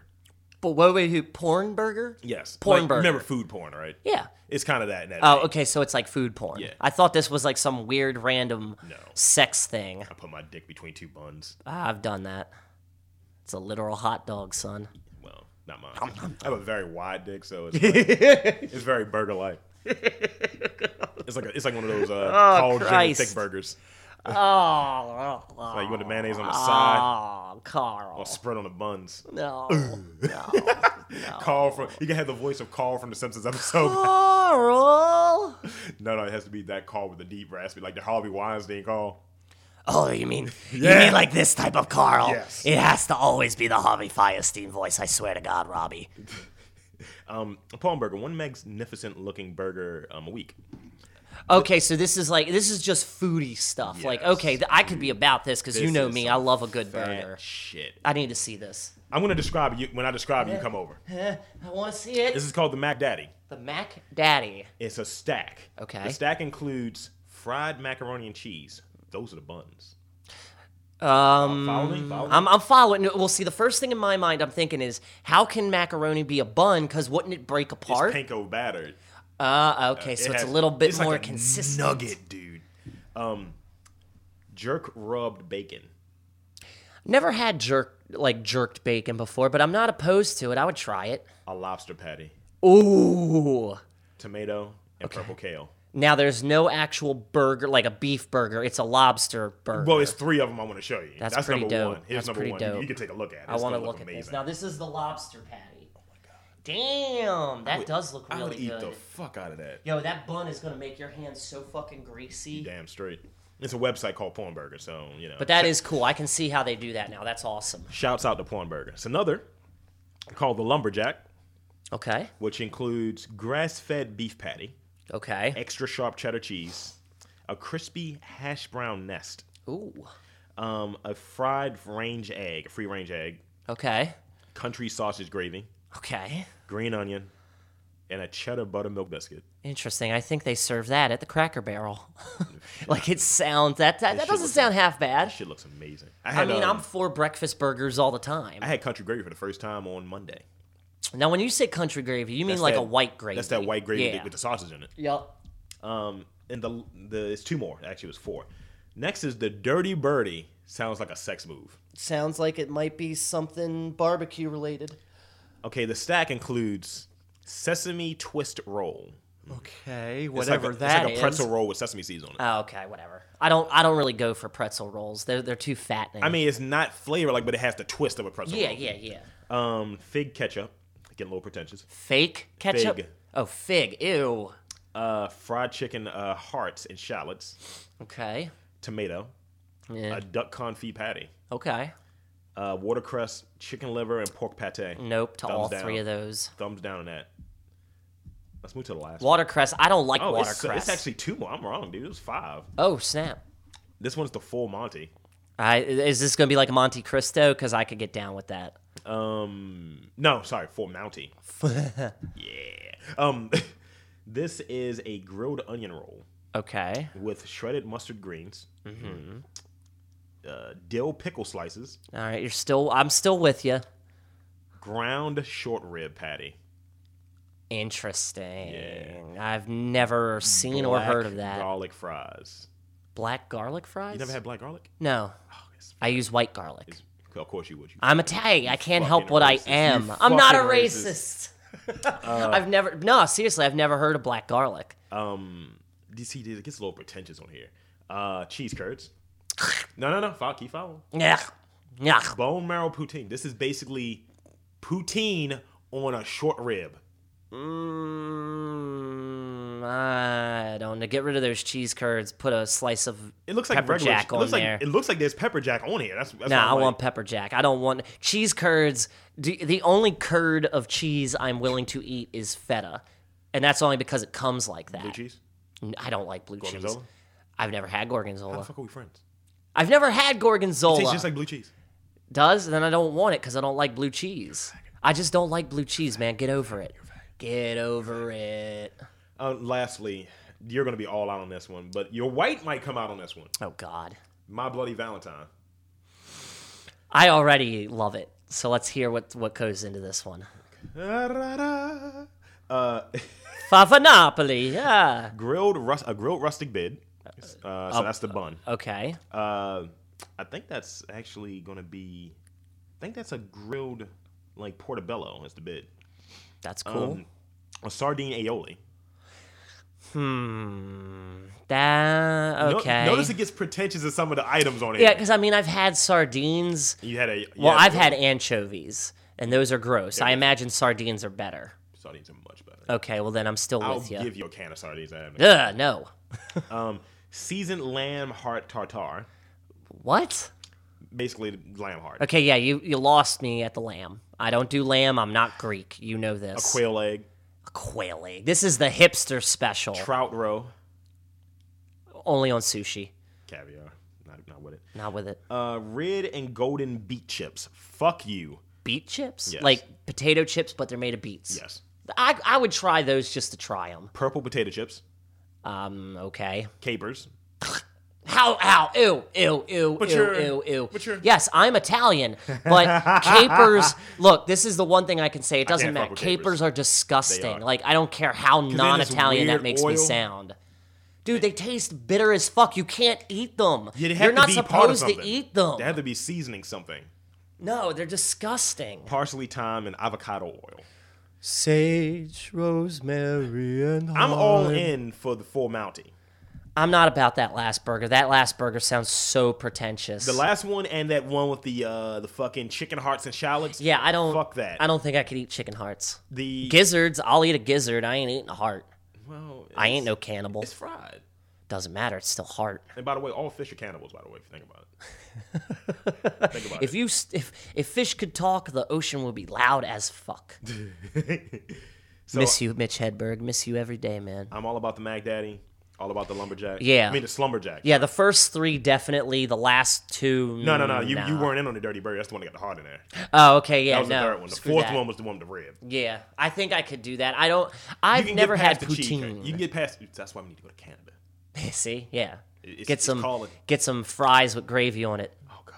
[SPEAKER 4] But what wait, who porn burger?
[SPEAKER 2] Yes,
[SPEAKER 4] Pornburger.
[SPEAKER 2] Like, remember food porn, right?
[SPEAKER 4] Yeah.
[SPEAKER 2] It's kind of that. In that
[SPEAKER 4] Oh,
[SPEAKER 2] vein.
[SPEAKER 4] okay. So it's like food porn.
[SPEAKER 2] Yeah.
[SPEAKER 4] I thought this was like some weird random
[SPEAKER 2] No.
[SPEAKER 4] sex thing.
[SPEAKER 2] I put my dick between two buns.
[SPEAKER 4] Ah, I've done that. It's a literal hot dog, son.
[SPEAKER 2] Well, not mine. I have a very wide dick, so it's like, it's very burger like. It's like a, it's like one of those uh, tall, thin,
[SPEAKER 4] Oh, Christ.
[SPEAKER 2] thick burgers.
[SPEAKER 4] Oh, oh,
[SPEAKER 2] Like you want the mayonnaise on the side
[SPEAKER 4] oh, Carl.
[SPEAKER 2] or spread on the buns.
[SPEAKER 4] No.
[SPEAKER 2] Carl from you can have the voice of Carl from the Simpsons episode.
[SPEAKER 4] Carl.
[SPEAKER 2] no, no, it has to be that Carl with the deep raspy, like the Harvey Weinstein Carl.
[SPEAKER 4] Oh, you mean you
[SPEAKER 2] Yeah.
[SPEAKER 4] mean like this type of Carl?
[SPEAKER 2] Yes.
[SPEAKER 4] It has to always be the Harvey Firestein voice. I swear to God, Robbie.
[SPEAKER 2] Um, a palm burger, one magnificent looking burger um, a week.
[SPEAKER 4] Okay, so this is like this is just foodie stuff. Like,
[SPEAKER 2] Yes.
[SPEAKER 4] okay, th- I could be about this because you
[SPEAKER 2] This
[SPEAKER 4] know
[SPEAKER 2] is
[SPEAKER 4] me.
[SPEAKER 2] some
[SPEAKER 4] I love a good
[SPEAKER 2] Fat
[SPEAKER 4] burger.
[SPEAKER 2] shit.
[SPEAKER 4] I need to see this.
[SPEAKER 2] I'm gonna describe you when I describe you. Come over.
[SPEAKER 4] Eh, I want to see it.
[SPEAKER 2] This is called the Mac Daddy.
[SPEAKER 4] the Mac Daddy.
[SPEAKER 2] It's a stack.
[SPEAKER 4] Okay.
[SPEAKER 2] The stack includes fried macaroni and cheese. Those are the buns.
[SPEAKER 4] Um,
[SPEAKER 2] Follow me. Follow me.
[SPEAKER 4] I'm, I'm following. Well, see, the first thing in my mind I'm thinking is how can macaroni be a bun? Because wouldn't it break
[SPEAKER 2] It's
[SPEAKER 4] apart?
[SPEAKER 2] panko battered.
[SPEAKER 4] Uh, okay, so
[SPEAKER 2] It
[SPEAKER 4] it's a
[SPEAKER 2] has-
[SPEAKER 4] little bit
[SPEAKER 2] it's like
[SPEAKER 4] more
[SPEAKER 2] a
[SPEAKER 4] consistent.
[SPEAKER 2] Nugget, dude. Um, jerk rubbed bacon.
[SPEAKER 4] Never had jerk like jerked bacon before, but I'm not opposed to it. I would try it.
[SPEAKER 2] A lobster patty.
[SPEAKER 4] Ooh.
[SPEAKER 2] Tomato and purple kale.
[SPEAKER 4] Now there's no actual burger like a beef burger. It's a lobster burger.
[SPEAKER 2] Well, it's three of them I want to show you.
[SPEAKER 4] That's
[SPEAKER 2] That's,
[SPEAKER 4] pretty
[SPEAKER 2] number
[SPEAKER 4] dope.
[SPEAKER 2] one. Here's
[SPEAKER 4] That's
[SPEAKER 2] number
[SPEAKER 4] pretty
[SPEAKER 2] one.
[SPEAKER 4] dope.
[SPEAKER 2] You can take a look at it.
[SPEAKER 4] I
[SPEAKER 2] It's
[SPEAKER 4] want to
[SPEAKER 2] gonna
[SPEAKER 4] look at this.
[SPEAKER 2] amazing. Oh
[SPEAKER 4] Now this is the lobster patty. Damn, that does look
[SPEAKER 2] I would
[SPEAKER 4] really
[SPEAKER 2] eat
[SPEAKER 4] good.
[SPEAKER 2] the fuck out of that.
[SPEAKER 4] Yo, that bun is gonna make your hands so fucking greasy.
[SPEAKER 2] Damn straight. It's a website called Pornburger, so you know.
[SPEAKER 4] But that is cool. I can see how they do that now. That's awesome.
[SPEAKER 2] shouts out to Pornburger. It's another called the Lumberjack,
[SPEAKER 4] Okay.
[SPEAKER 2] which includes grass-fed beef patty,
[SPEAKER 4] Okay.
[SPEAKER 2] extra sharp cheddar cheese, a crispy hash brown nest,
[SPEAKER 4] Ooh.
[SPEAKER 2] um, a fried range egg, a free-range egg,
[SPEAKER 4] Okay.
[SPEAKER 2] country sausage gravy,
[SPEAKER 4] Okay.
[SPEAKER 2] green onion, and a cheddar buttermilk biscuit.
[SPEAKER 4] Interesting. I think they serve that at the Cracker Barrel. like it sounds that that, that
[SPEAKER 2] shit
[SPEAKER 4] doesn't
[SPEAKER 2] looks
[SPEAKER 4] sound half
[SPEAKER 2] That
[SPEAKER 4] bad.
[SPEAKER 2] shit looks amazing. I,
[SPEAKER 4] I
[SPEAKER 2] had,
[SPEAKER 4] mean,
[SPEAKER 2] um,
[SPEAKER 4] I'm for breakfast burgers all the time.
[SPEAKER 2] I had country gravy for the first time on Monday.
[SPEAKER 4] Now, when you say country gravy, you mean
[SPEAKER 2] That's
[SPEAKER 4] like
[SPEAKER 2] that-
[SPEAKER 4] a white gravy.
[SPEAKER 2] That's that white gravy
[SPEAKER 4] Yeah.
[SPEAKER 2] with the sausage in it.
[SPEAKER 4] Yup.
[SPEAKER 2] Um, and the the it's two more. Actually, it was four. Next is the Dirty Birdie. Sounds like a sex move.
[SPEAKER 4] Sounds like it might be something barbecue related.
[SPEAKER 2] Okay, the stack includes sesame twist roll.
[SPEAKER 4] Okay,
[SPEAKER 2] It's like
[SPEAKER 4] whatever
[SPEAKER 2] a,
[SPEAKER 4] that
[SPEAKER 2] It's like
[SPEAKER 4] is.
[SPEAKER 2] a pretzel roll with sesame seeds on it.
[SPEAKER 4] Oh, okay, whatever. I don't. I don't really go for pretzel rolls. They're they're too fattening.
[SPEAKER 2] I mean, it's not flavor like, but it has the twist of a pretzel.
[SPEAKER 4] yeah,
[SPEAKER 2] roll.
[SPEAKER 4] yeah, yeah.
[SPEAKER 2] Um, fig ketchup. Getting a little pretentious.
[SPEAKER 4] Fake ketchup.
[SPEAKER 2] Fig.
[SPEAKER 4] Oh, fig. Ew.
[SPEAKER 2] Uh, fried chicken uh, hearts and shallots.
[SPEAKER 4] Okay.
[SPEAKER 2] Tomato.
[SPEAKER 4] Yeah.
[SPEAKER 2] A duck confit patty.
[SPEAKER 4] Okay.
[SPEAKER 2] Uh, watercress, chicken liver, and pork pate.
[SPEAKER 4] Nope to all
[SPEAKER 2] Thumbs down.
[SPEAKER 4] three of those.
[SPEAKER 2] Thumbs down on that. Let's move to the last. one.
[SPEAKER 4] Watercress. I don't like
[SPEAKER 2] Oh, it's-
[SPEAKER 4] watercress.
[SPEAKER 2] It's, actually two more. I'm wrong, dude. It was five.
[SPEAKER 4] Oh snap!
[SPEAKER 2] This one's the full Monty.
[SPEAKER 4] I, is this gonna be like Monte Cristo? Because I could get down with that.
[SPEAKER 2] Um, no, sorry, full Mountie. yeah. Um, this is a grilled onion roll
[SPEAKER 4] Okay.
[SPEAKER 2] with shredded mustard greens, Mhm. uh, dill pickle slices,
[SPEAKER 4] All right. You're still. I'm still with you.
[SPEAKER 2] ground short rib patty,
[SPEAKER 4] Interesting. I've never seen or heard of that.
[SPEAKER 2] garlic fries.
[SPEAKER 4] black garlic fries?
[SPEAKER 2] You never had black garlic?
[SPEAKER 4] no.
[SPEAKER 2] it's-
[SPEAKER 4] I use white garlic.
[SPEAKER 2] Of course you would. You
[SPEAKER 4] I'm Italian. I can't help
[SPEAKER 2] fucking
[SPEAKER 4] what
[SPEAKER 2] racist.
[SPEAKER 4] I
[SPEAKER 2] You
[SPEAKER 4] am. I'm not a
[SPEAKER 2] fucking
[SPEAKER 4] racist. I've never. No, seriously, I've never heard of black garlic.
[SPEAKER 2] Um, you see, it gets a little pretentious on here. Uh, cheese curds. No, no, no. Fo- Keep following.
[SPEAKER 4] Yeah. Yeah.
[SPEAKER 2] Bone marrow poutine. This is basically poutine on a short rib.
[SPEAKER 4] Mm, I don't know. Get rid of those cheese curds. Put a slice of
[SPEAKER 2] It looks like
[SPEAKER 4] pepper
[SPEAKER 2] regular.
[SPEAKER 4] jack
[SPEAKER 2] it
[SPEAKER 4] on
[SPEAKER 2] looks like
[SPEAKER 4] there.
[SPEAKER 2] it looks like there's pepper jack on here. That's, that's
[SPEAKER 4] No,
[SPEAKER 2] what
[SPEAKER 4] I
[SPEAKER 2] I'm like.
[SPEAKER 4] want pepper jack. I don't want cheese curds. The the only curd of cheese I'm willing to eat is feta, and that's only because it comes like that.
[SPEAKER 2] blue cheese.
[SPEAKER 4] N- I don't like blue cheese.
[SPEAKER 2] Gorgonzola?
[SPEAKER 4] I've never had
[SPEAKER 2] How the
[SPEAKER 4] gorgonzola.
[SPEAKER 2] fuck are we friends?
[SPEAKER 4] I've never had
[SPEAKER 2] It
[SPEAKER 4] gorgonzola.
[SPEAKER 2] tastes just like blue cheese.
[SPEAKER 4] Does and then I don't want it because I don't like blue cheese. I just don't like blue cheese, man. Get over it. Get over it.
[SPEAKER 2] Uh, lastly, you're gonna be all out on this one, but your white might come out on this one.
[SPEAKER 4] Oh God,
[SPEAKER 2] My bloody Valentine.
[SPEAKER 4] I already love it. So let's hear what what goes into this one.
[SPEAKER 2] Da-da-da. Uh,
[SPEAKER 4] Favanopoli, yeah.
[SPEAKER 2] grilled rust a grilled rustic bid. Uh, so that's the bun.
[SPEAKER 4] Okay.
[SPEAKER 2] Uh, I think that's actually going to be. I think that's a grilled like portobello is the bid.
[SPEAKER 4] That's cool.
[SPEAKER 2] Um, a sardine aioli.
[SPEAKER 4] That
[SPEAKER 2] No-
[SPEAKER 4] Okay.
[SPEAKER 2] notice it gets pretentious as some of the items on it.
[SPEAKER 4] yeah, because I mean, I've had sardines.
[SPEAKER 2] you had a you
[SPEAKER 4] Well,
[SPEAKER 2] had
[SPEAKER 4] I've had anchovies, and those are gross. I imagine sardines are better.
[SPEAKER 2] sardines are much better.
[SPEAKER 4] Okay, well then I'm still
[SPEAKER 2] I'll
[SPEAKER 4] with you.
[SPEAKER 2] give you a can of sardines. I have
[SPEAKER 4] Ugh, no.
[SPEAKER 2] seasoned lamb heart tartar,
[SPEAKER 4] What?
[SPEAKER 2] basically lamb heart,
[SPEAKER 4] Okay, yeah, you you lost me at the lamb. I don't do lamb. I'm not Greek. You know this.
[SPEAKER 2] quail egg,
[SPEAKER 4] A quail egg. This is the hipster special.
[SPEAKER 2] trout roe,
[SPEAKER 4] Only on sushi.
[SPEAKER 2] caviar. Not not with it.
[SPEAKER 4] Not with it.
[SPEAKER 2] Uh, red and golden beet chips. Fuck you.
[SPEAKER 4] Beet chips?
[SPEAKER 2] yes.
[SPEAKER 4] Like potato chips, but they're made of beets.
[SPEAKER 2] Yes.
[SPEAKER 4] I, I would try those just to try them.
[SPEAKER 2] Purple potato chips,
[SPEAKER 4] Um, okay.
[SPEAKER 2] capers.
[SPEAKER 4] How, how, ew, ew, ew, ew,
[SPEAKER 2] you're-
[SPEAKER 4] ew, ew.
[SPEAKER 2] but you're-
[SPEAKER 4] Yes, I'm Italian, but capers, look, this is the one thing I can say. It doesn't
[SPEAKER 2] can't fuck
[SPEAKER 4] matter.
[SPEAKER 2] with
[SPEAKER 4] Capers.
[SPEAKER 2] capers.
[SPEAKER 4] are disgusting.
[SPEAKER 2] They are.
[SPEAKER 4] Like, I don't care how
[SPEAKER 2] this
[SPEAKER 4] non Italian
[SPEAKER 2] weird
[SPEAKER 4] that makes me
[SPEAKER 2] oil-
[SPEAKER 4] sound. Dude, they taste bitter as fuck. You can't eat them.
[SPEAKER 2] Yeah, they have
[SPEAKER 4] You're
[SPEAKER 2] to
[SPEAKER 4] not
[SPEAKER 2] be
[SPEAKER 4] supposed
[SPEAKER 2] part of
[SPEAKER 4] to
[SPEAKER 2] something.
[SPEAKER 4] eat them.
[SPEAKER 2] They have to be seasoning something.
[SPEAKER 4] No, they're disgusting.
[SPEAKER 2] Parsley, thyme, and avocado oil.
[SPEAKER 4] Sage, rosemary, and
[SPEAKER 2] I'm all in for the full Mountie.
[SPEAKER 4] I'm not about that last burger. That last burger sounds so pretentious.
[SPEAKER 2] The last one and that one with the uh the fucking chicken hearts and shallots.
[SPEAKER 4] yeah, I don't.
[SPEAKER 2] Fuck that.
[SPEAKER 4] I don't think I could eat chicken hearts.
[SPEAKER 2] the
[SPEAKER 4] Gizzards, I'll eat a gizzard. I ain't eating a heart.
[SPEAKER 2] well,
[SPEAKER 4] I
[SPEAKER 2] it's-
[SPEAKER 4] ain't no cannibal.
[SPEAKER 2] It's fried.
[SPEAKER 4] Doesn't matter. It's still heart.
[SPEAKER 2] And by the way, all fish are cannibals. By the way, if you think about it. think about
[SPEAKER 4] If you s- if if fish could talk, the ocean would be loud as fuck.
[SPEAKER 2] it. so
[SPEAKER 4] miss you, Mitch Hedberg. Miss you every day, man.
[SPEAKER 2] I'm all about the Mac Daddy. All about the lumberjack.
[SPEAKER 4] Yeah.
[SPEAKER 2] I mean the slumberjack.
[SPEAKER 4] Yeah, the first three definitely. The last two.
[SPEAKER 2] No, no, no. You
[SPEAKER 4] nah.
[SPEAKER 2] you weren't in on the dirty bird. That's the one that got the heart in there. That
[SPEAKER 4] Oh, okay. Yeah,
[SPEAKER 2] was
[SPEAKER 4] no.
[SPEAKER 2] the third one. The
[SPEAKER 4] screw
[SPEAKER 2] fourth
[SPEAKER 4] that.
[SPEAKER 2] one was the one with the rib.
[SPEAKER 4] Yeah, I think I could do that. I don't.
[SPEAKER 2] You
[SPEAKER 4] I've
[SPEAKER 2] can get
[SPEAKER 4] never
[SPEAKER 2] past
[SPEAKER 4] had
[SPEAKER 2] the cheesecake.
[SPEAKER 4] poutine.
[SPEAKER 2] You can get past. That's why we need to go to Canada.
[SPEAKER 4] See, yeah,
[SPEAKER 2] It's-
[SPEAKER 4] get
[SPEAKER 2] it's
[SPEAKER 4] some
[SPEAKER 2] called-
[SPEAKER 4] get some fries with gravy on it.
[SPEAKER 2] Oh God.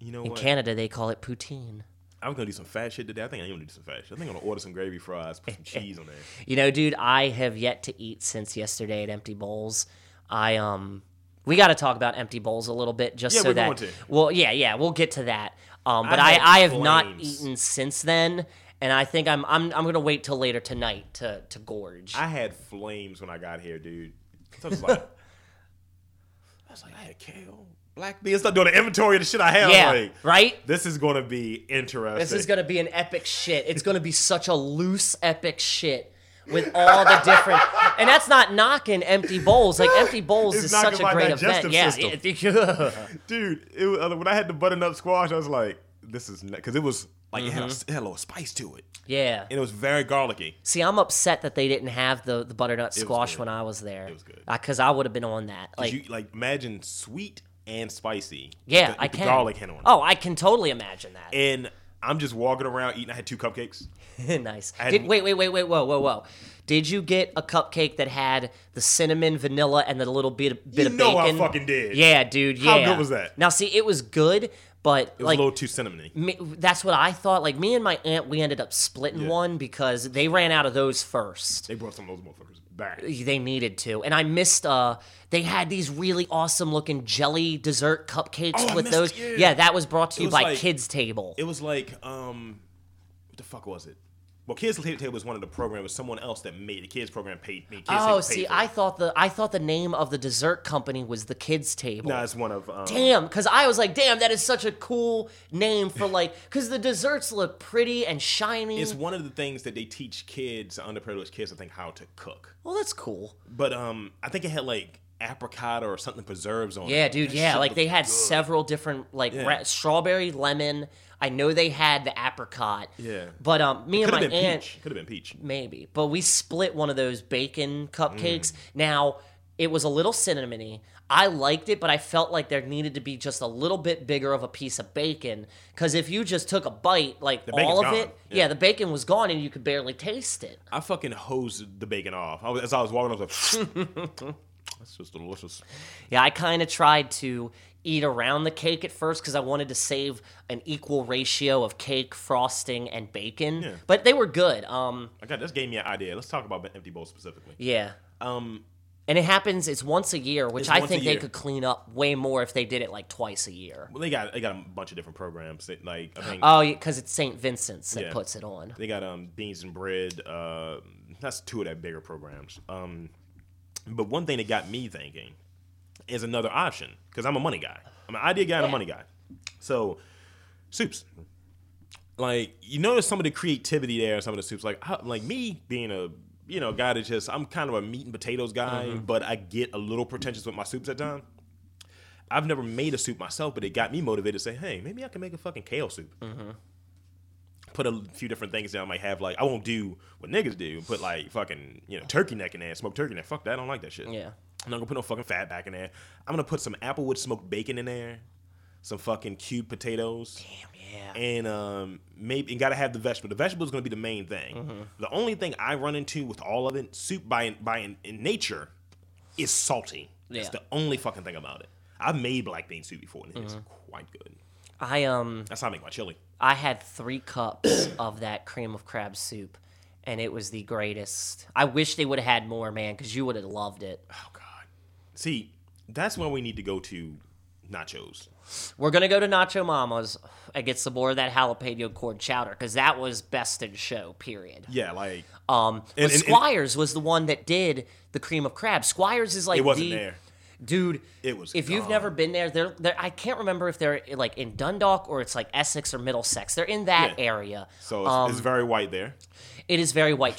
[SPEAKER 2] You know
[SPEAKER 4] In
[SPEAKER 2] what?
[SPEAKER 4] Canada, they call it poutine.
[SPEAKER 2] I'm gonna do some fat shit today. I think I'm gonna do some fat shit. I think I'm gonna order some gravy fries, put some cheese on there.
[SPEAKER 4] You know, dude, I have yet to eat since yesterday at Empty Bowls. I um, we got to talk about Empty Bowls a little bit, just
[SPEAKER 2] Yeah,
[SPEAKER 4] so
[SPEAKER 2] we're
[SPEAKER 4] that.
[SPEAKER 2] going to.
[SPEAKER 4] Well, yeah, yeah, we'll get to that. Um, but I,
[SPEAKER 2] had
[SPEAKER 4] I, have not
[SPEAKER 2] flames.
[SPEAKER 4] eaten since then, and I think I'm I'm I'm gonna wait till later tonight to to gorge.
[SPEAKER 2] I had flames when I got here, dude. So I was like, I was like, I had kale, black beans. Start doing the inventory of the shit I have.
[SPEAKER 4] yeah,
[SPEAKER 2] Like,
[SPEAKER 4] right.
[SPEAKER 2] This is gonna be interesting.
[SPEAKER 4] This is gonna be an epic shit. It's gonna be such a loose epic shit with all the different. And that's not knocking Empty Bowls. Like Empty Bowls
[SPEAKER 2] It's
[SPEAKER 4] is such
[SPEAKER 2] knocking
[SPEAKER 4] a
[SPEAKER 2] my
[SPEAKER 4] great
[SPEAKER 2] digestive
[SPEAKER 4] event. Yeah,
[SPEAKER 2] system.
[SPEAKER 4] yeah.
[SPEAKER 2] dude. It was, when I had the button up squash, I was like, this is because it was like it, had
[SPEAKER 4] Mm-hmm.
[SPEAKER 2] a, it had a little spice to it,
[SPEAKER 4] yeah.
[SPEAKER 2] and it was very garlicky.
[SPEAKER 4] See, I'm upset that they didn't have the, the butternut squash
[SPEAKER 2] good.
[SPEAKER 4] when I was there. It was
[SPEAKER 2] good.
[SPEAKER 4] Because I would have been on that. Like,
[SPEAKER 2] you like imagine sweet and spicy.
[SPEAKER 4] yeah,
[SPEAKER 2] with the,
[SPEAKER 4] I
[SPEAKER 2] with
[SPEAKER 4] can.
[SPEAKER 2] The garlic hint on it.
[SPEAKER 4] Oh, I can totally imagine that.
[SPEAKER 2] And I'm just walking around eating. I had two cupcakes.
[SPEAKER 4] nice.
[SPEAKER 2] had-
[SPEAKER 4] Did, wait, wait, wait, wait, whoa, whoa, whoa. Did you get a cupcake that had the cinnamon, vanilla, and the little bit of, bit
[SPEAKER 2] You
[SPEAKER 4] of
[SPEAKER 2] know I
[SPEAKER 4] bacon?
[SPEAKER 2] fucking did.
[SPEAKER 4] Yeah, dude. Yeah.
[SPEAKER 2] How good was that?
[SPEAKER 4] Now, see, it was good, but
[SPEAKER 2] It was
[SPEAKER 4] like
[SPEAKER 2] a little too cinnamony.
[SPEAKER 4] me, that's what I thought. Like me and my aunt, we ended up splitting one because they ran out of those first.
[SPEAKER 2] They brought some of those motherfuckers back.
[SPEAKER 4] They needed to, and I missed. Uh, they had these really awesome looking jelly dessert cupcakes
[SPEAKER 2] Oh, I
[SPEAKER 4] with
[SPEAKER 2] missed-
[SPEAKER 4] those.
[SPEAKER 2] yeah.
[SPEAKER 4] that was brought to you
[SPEAKER 2] was
[SPEAKER 4] by
[SPEAKER 2] like-
[SPEAKER 4] Kids Table.
[SPEAKER 2] It was like, um, what the fuck was it? Well, Kids Table was one of the programs. Someone else that made the kids program paid. Made kids
[SPEAKER 4] oh,
[SPEAKER 2] Table pay
[SPEAKER 4] see,
[SPEAKER 2] for it.
[SPEAKER 4] I thought the I thought the name of the dessert company was the Kids Table.
[SPEAKER 2] No, it's one of. Um,
[SPEAKER 4] Damn, because I was like, damn, that is such a cool name for like, because the desserts look pretty and shiny.
[SPEAKER 2] It's one of the things that they teach kids, underprivileged kids, I think, how to cook.
[SPEAKER 4] well, that's cool.
[SPEAKER 2] But um, I think it had like apricot or something preserves on it.
[SPEAKER 4] Yeah, dude.
[SPEAKER 2] That
[SPEAKER 4] Yeah,
[SPEAKER 2] shit
[SPEAKER 4] like they
[SPEAKER 2] looked
[SPEAKER 4] had
[SPEAKER 2] good.
[SPEAKER 4] several different like
[SPEAKER 2] Yeah.
[SPEAKER 4] ra- strawberry, lemon. I know they had the apricot.
[SPEAKER 2] Yeah.
[SPEAKER 4] But um, me and
[SPEAKER 2] Could
[SPEAKER 4] my
[SPEAKER 2] have been
[SPEAKER 4] aunt
[SPEAKER 2] peach. Could have been peach.
[SPEAKER 4] maybe, but we split one of those bacon
[SPEAKER 2] Mm.
[SPEAKER 4] cupcakes. Now it was a little cinnamony. I liked it, but I felt like there needed to be just a little bit bigger of a piece of bacon because if you just took a bite, like
[SPEAKER 2] bacon's
[SPEAKER 4] all of
[SPEAKER 2] gone.
[SPEAKER 4] it, yeah.
[SPEAKER 2] Yeah.
[SPEAKER 4] the bacon was gone and you could barely taste it.
[SPEAKER 2] I fucking hosed the bacon off. I was, as I was walking, I was like, that's just delicious.
[SPEAKER 4] Yeah, I kind of tried to eat around the cake at first because I wanted to save an equal ratio of cake, frosting, and bacon.
[SPEAKER 2] Yeah.
[SPEAKER 4] But they were good. Um,
[SPEAKER 2] I got this gave me an idea. Let's talk about empty bowl specifically.
[SPEAKER 4] yeah.
[SPEAKER 2] Um,
[SPEAKER 4] And it happens, it's once a year, which
[SPEAKER 2] It's
[SPEAKER 4] I
[SPEAKER 2] once a
[SPEAKER 4] think they
[SPEAKER 2] year.
[SPEAKER 4] could clean up way more if they did it like twice a year.
[SPEAKER 2] well, they got they got a bunch of different programs. That, like I think
[SPEAKER 4] Oh, because it's St. Vincent's that
[SPEAKER 2] Yeah.
[SPEAKER 4] puts it on.
[SPEAKER 2] They got um beans and bread. Uh, that's two of their bigger programs. Um, but one thing that got me thinking is another option because I'm a money guy. I'm an idea guy and a money guy. So, soups. Like you notice some of the creativity there in some of the soups. Like I, like me being a you know guy that just I'm kind of a meat and potatoes guy, but I get a little pretentious with my soups at times. I've never made a soup myself, but it got me motivated to say, hey, maybe I can make a fucking kale soup. Put a few different things that I might have. Like I won't do what niggas do. Put like fucking you know turkey neck in there, smoked turkey neck. Fuck that. I don't like that shit.
[SPEAKER 4] Yeah.
[SPEAKER 2] I'm not gonna put no fucking fat back in there. I'm gonna put some applewood smoked bacon in there, some fucking cubed potatoes,
[SPEAKER 4] Damn, yeah.
[SPEAKER 2] and um maybe and gotta have the vegetable. The vegetable is gonna be the main thing. The only thing I run into with all of it, soup by by in, in nature, is salty. That's
[SPEAKER 4] Yeah.
[SPEAKER 2] the only fucking thing about it. I've made black bean soup before, and it's quite good.
[SPEAKER 4] I um
[SPEAKER 2] That's how I make my chili.
[SPEAKER 4] I had three cups of that cream of crab soup, and it was the greatest. I wish they would have had more, man, because you would have loved it.
[SPEAKER 2] Oh God. See, that's when we need to go to nachos.
[SPEAKER 4] We're gonna go to Nacho Mama's and get some more of that jalapeno corn chowder because that was best in show. Period.
[SPEAKER 2] Yeah, like
[SPEAKER 4] Um, but
[SPEAKER 2] and- and-
[SPEAKER 4] Squires was the one that did the cream of crab. Squires is like
[SPEAKER 2] It wasn't
[SPEAKER 4] the-
[SPEAKER 2] there.
[SPEAKER 4] dude.
[SPEAKER 2] It was
[SPEAKER 4] If you've
[SPEAKER 2] gone.
[SPEAKER 4] never been there, they're, they're I can't remember if they're like in Dundalk or it's like Essex or Middlesex. They're in that
[SPEAKER 2] Yeah.
[SPEAKER 4] area.
[SPEAKER 2] so it's, it's very white there.
[SPEAKER 4] It is very white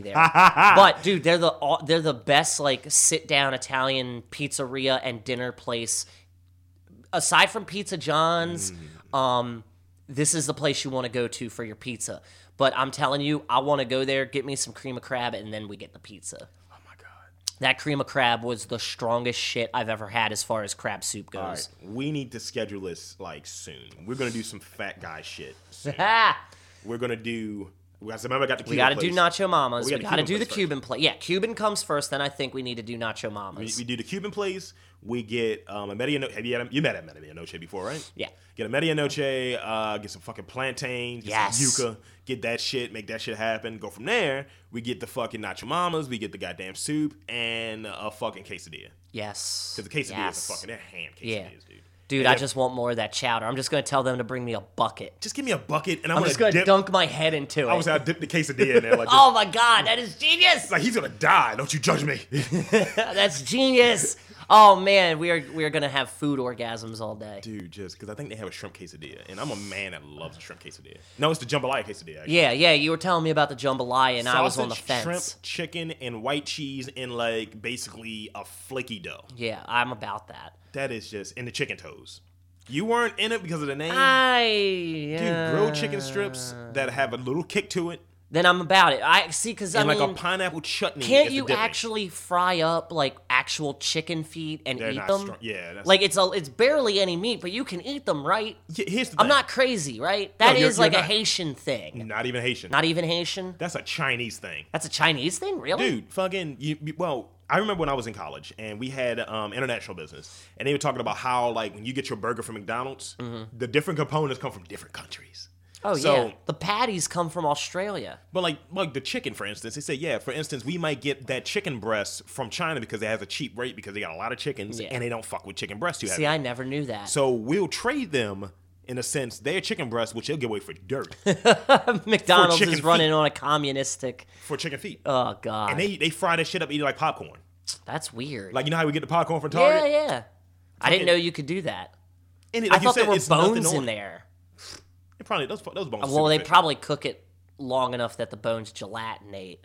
[SPEAKER 4] there. but dude, they're the all- they're the best like sit down Italian pizzeria and dinner place. Aside from Pizza John's,
[SPEAKER 2] Mm.
[SPEAKER 4] um, this is the place you want to go to for your pizza. But I'm telling you, I want to go there, get me some cream of crab, and then we get the pizza.
[SPEAKER 2] Oh my God.
[SPEAKER 4] That cream of crab was the strongest shit I've ever had as far as crab soup
[SPEAKER 2] All
[SPEAKER 4] goes.
[SPEAKER 2] right, we need to schedule this like soon. We're gonna do some fat guy shit. soon.
[SPEAKER 4] Ah!
[SPEAKER 2] We're gonna do. We got remember I got the. Cuban
[SPEAKER 4] We got to do
[SPEAKER 2] place.
[SPEAKER 4] nacho mamas.
[SPEAKER 2] We
[SPEAKER 4] We,
[SPEAKER 2] got the
[SPEAKER 4] got to
[SPEAKER 2] Cuban
[SPEAKER 4] do the
[SPEAKER 2] place first.
[SPEAKER 4] Cuban plate. Yeah, Cuban comes first. Then I think we need to do nacho
[SPEAKER 2] We,
[SPEAKER 4] mamas.
[SPEAKER 2] we do the Cuban place. We get um, a medianoche. Have you had a, you met a medianoche before, right?
[SPEAKER 4] Yeah.
[SPEAKER 2] Get a medianoche. Uh, get some fucking plantains. Get
[SPEAKER 4] Yes.
[SPEAKER 2] Some yuca. Get that shit. Make that shit happen. Go from there. We get the fucking nacho mamas. We get the goddamn soup and a fucking quesadilla.
[SPEAKER 4] yes.
[SPEAKER 2] Because the quesadilla
[SPEAKER 4] yes.
[SPEAKER 2] is a fucking they're ham quesadillas,
[SPEAKER 4] Yeah.
[SPEAKER 2] dude.
[SPEAKER 4] Dude,
[SPEAKER 2] And
[SPEAKER 4] I
[SPEAKER 2] then-
[SPEAKER 4] just want more of that chowder. I'm just gonna tell them to bring me a bucket.
[SPEAKER 2] just give me a bucket and I'm,
[SPEAKER 4] I'm
[SPEAKER 2] gonna
[SPEAKER 4] just gonna
[SPEAKER 2] dip.
[SPEAKER 4] dunk my head into it.
[SPEAKER 2] I was out dip the quesadilla in there like this.
[SPEAKER 4] oh my god, that is genius!
[SPEAKER 2] It's like he's gonna die. Don't you judge me.
[SPEAKER 4] That's genius! Oh man, we are we are gonna have food orgasms all day.
[SPEAKER 2] Dude, just because I think they have a shrimp quesadilla, and I'm a man that loves a shrimp quesadilla. No, it's the jambalaya quesadilla. Actually.
[SPEAKER 4] Yeah, yeah, you were telling me about the jambalaya, and I was on the
[SPEAKER 2] Sausage,
[SPEAKER 4] fence.
[SPEAKER 2] Shrimp, chicken, and white cheese, and like basically a flaky dough.
[SPEAKER 4] Yeah, I'm about that.
[SPEAKER 2] That is just and the chicken toes. You weren't in it because of the name,
[SPEAKER 4] I
[SPEAKER 2] dude.
[SPEAKER 4] yeah.
[SPEAKER 2] Grilled chicken strips that have a little kick to it,
[SPEAKER 4] Then I'm about it. I see, because I
[SPEAKER 2] and
[SPEAKER 4] mean,
[SPEAKER 2] like a pineapple chutney.
[SPEAKER 4] can't
[SPEAKER 2] as the
[SPEAKER 4] you
[SPEAKER 2] dipping.
[SPEAKER 4] actually fry up like actual chicken feet and
[SPEAKER 2] They're
[SPEAKER 4] eat
[SPEAKER 2] not
[SPEAKER 4] them?
[SPEAKER 2] strong- yeah, that's-
[SPEAKER 4] like it's a, it's barely any meat, but you can eat them, right?
[SPEAKER 2] Yeah, here's the
[SPEAKER 4] I'm
[SPEAKER 2] thing.
[SPEAKER 4] not crazy, right? That is
[SPEAKER 2] you're- you're
[SPEAKER 4] like a
[SPEAKER 2] not.
[SPEAKER 4] Haitian thing.
[SPEAKER 2] Not even Haitian.
[SPEAKER 4] Not even Haitian.
[SPEAKER 2] That's a Chinese thing.
[SPEAKER 4] That's a Chinese thing, really?
[SPEAKER 2] dude fucking you, you- well i remember when i was in college and we had um, international business and they were talking about how like when you get your burger from mcdonald's the different components come from different countries
[SPEAKER 4] Mm-hmm. Oh
[SPEAKER 2] so,
[SPEAKER 4] yeah. The patties come from Australia.
[SPEAKER 2] but like like the chicken for instance they say yeah for instance we might get that chicken breast from china because it has a cheap rate because they got a lot of chickens
[SPEAKER 4] Yeah.
[SPEAKER 2] and they don't fuck with chicken breast too
[SPEAKER 4] See,
[SPEAKER 2] heavy
[SPEAKER 4] I never knew that.
[SPEAKER 2] so we'll trade them in a sense their chicken breast which they'll give away for dirt
[SPEAKER 4] McDonald's
[SPEAKER 2] chicken
[SPEAKER 4] is running on a communistic.
[SPEAKER 2] for chicken feet
[SPEAKER 4] Oh god,
[SPEAKER 2] and they they fry that shit up eat it like popcorn
[SPEAKER 4] that's weird.
[SPEAKER 2] like you know how we get the popcorn from target
[SPEAKER 4] yeah, yeah. I didn't know you could do that.
[SPEAKER 2] and it,
[SPEAKER 4] I
[SPEAKER 2] like you
[SPEAKER 4] thought
[SPEAKER 2] said,
[SPEAKER 4] there were
[SPEAKER 2] it's nothing
[SPEAKER 4] bones
[SPEAKER 2] on it.
[SPEAKER 4] in there.
[SPEAKER 2] It probably those those bones.
[SPEAKER 4] Well, they
[SPEAKER 2] probably
[SPEAKER 4] probably cook it long enough that the bones gelatinate.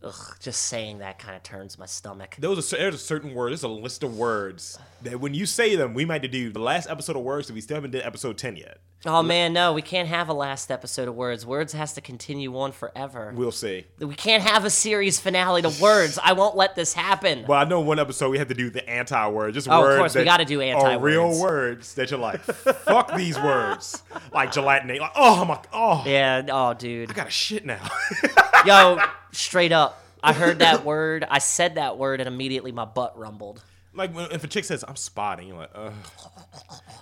[SPEAKER 4] Ugh, just saying that kind of turns my stomach.
[SPEAKER 2] those are cer- there's a certain word. There's a list of words that when you say them, we might have to do the last episode of words. If we still haven't did episode ten yet,
[SPEAKER 4] Oh man, no, we can't have a last episode of Words. Words has to continue on forever.
[SPEAKER 2] we'll see.
[SPEAKER 4] We can't have a series finale to words. I won't let this happen.
[SPEAKER 2] Well, I know one episode we had to do the anti word, just
[SPEAKER 4] Oh, of
[SPEAKER 2] words.
[SPEAKER 4] course, we
[SPEAKER 2] that
[SPEAKER 4] gotta do
[SPEAKER 2] are
[SPEAKER 4] anti-words.
[SPEAKER 2] real words that you're like, fuck these words, like gelatinate. Like, oh my, oh,
[SPEAKER 4] Yeah, oh
[SPEAKER 2] I
[SPEAKER 4] dude.
[SPEAKER 2] got a shit now.
[SPEAKER 4] Yo, straight up. I heard that word, I said that word, and immediately my butt rumbled.
[SPEAKER 2] like when, if a chick says I'm spotting, you're like, ugh.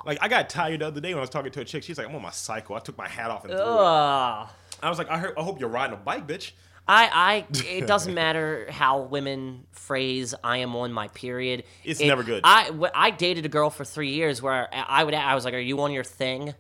[SPEAKER 2] Like I got tired the other day when I was talking to a chick. She's like, I'm on my cycle. I took my hat off and threw it.
[SPEAKER 4] Ugh.
[SPEAKER 2] I was like, I, heard, I hope you're riding a bike, bitch.
[SPEAKER 4] I, I, it doesn't matter how women phrase "I am on my period."
[SPEAKER 2] It's
[SPEAKER 4] It-
[SPEAKER 2] never good.
[SPEAKER 4] I, wh- I dated a girl for three years where I I would, I was like, "Are you on your thing?"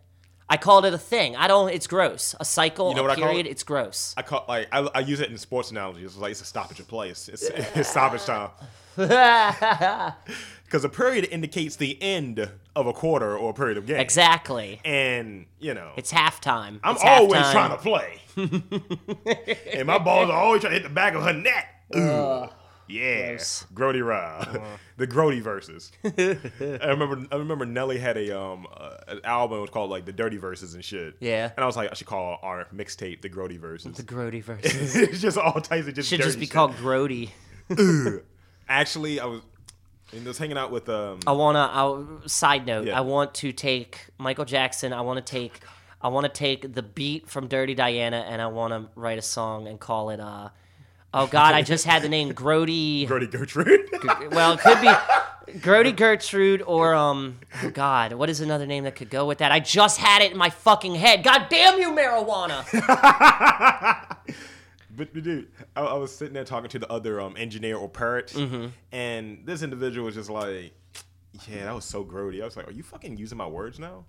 [SPEAKER 4] I called it a thing. I don't. It's gross. A cycle,
[SPEAKER 2] know
[SPEAKER 4] a
[SPEAKER 2] what I call
[SPEAKER 4] period.
[SPEAKER 2] it?
[SPEAKER 4] It's gross.
[SPEAKER 2] I call like I, I use it in sports analogies. It's like it's a stoppage of play. It's, it's, it's stoppage time. because a period indicates the end of a quarter or a period of game.
[SPEAKER 4] Exactly.
[SPEAKER 2] And you know,
[SPEAKER 4] It's halftime.
[SPEAKER 2] I'm
[SPEAKER 4] It's
[SPEAKER 2] always
[SPEAKER 4] halftime.
[SPEAKER 2] trying to play, and my balls are always trying to hit the back of her neck. Ooh. yeah,
[SPEAKER 4] gross. Uh-huh.
[SPEAKER 2] Grody Rob, the Grody verses. I remember, I remember Nelly had a um uh, an album it was called like the Dirty Verses and shit.
[SPEAKER 4] Yeah.
[SPEAKER 2] and I was like, I should call our mixtape the Grody Verses.
[SPEAKER 4] The Grody version
[SPEAKER 2] it's just all types of just
[SPEAKER 4] should
[SPEAKER 2] dirty
[SPEAKER 4] just be
[SPEAKER 2] shit.
[SPEAKER 4] called Grody.
[SPEAKER 2] Actually, I was, I was hanging out with um.
[SPEAKER 4] I wanna. I'll, side note:
[SPEAKER 2] Yeah.
[SPEAKER 4] I want to take Michael Jackson. I want to take. I want to take the beat from Dirty Diana, and I want to write a song and call it. uh Oh God! I just had the name Grody.
[SPEAKER 2] Grody Gertrude.
[SPEAKER 4] Well, it could be Grody Gertrude or um. Oh God, what is another name that could go with that? I just had it in my fucking head. God damn you, marijuana!
[SPEAKER 2] But, but dude, I, I was sitting there talking to the other um, engineer or parrot,
[SPEAKER 4] Mm-hmm.
[SPEAKER 2] and this individual was just like, "Yeah, that was so grody." I was like, "Are you fucking using my words now?"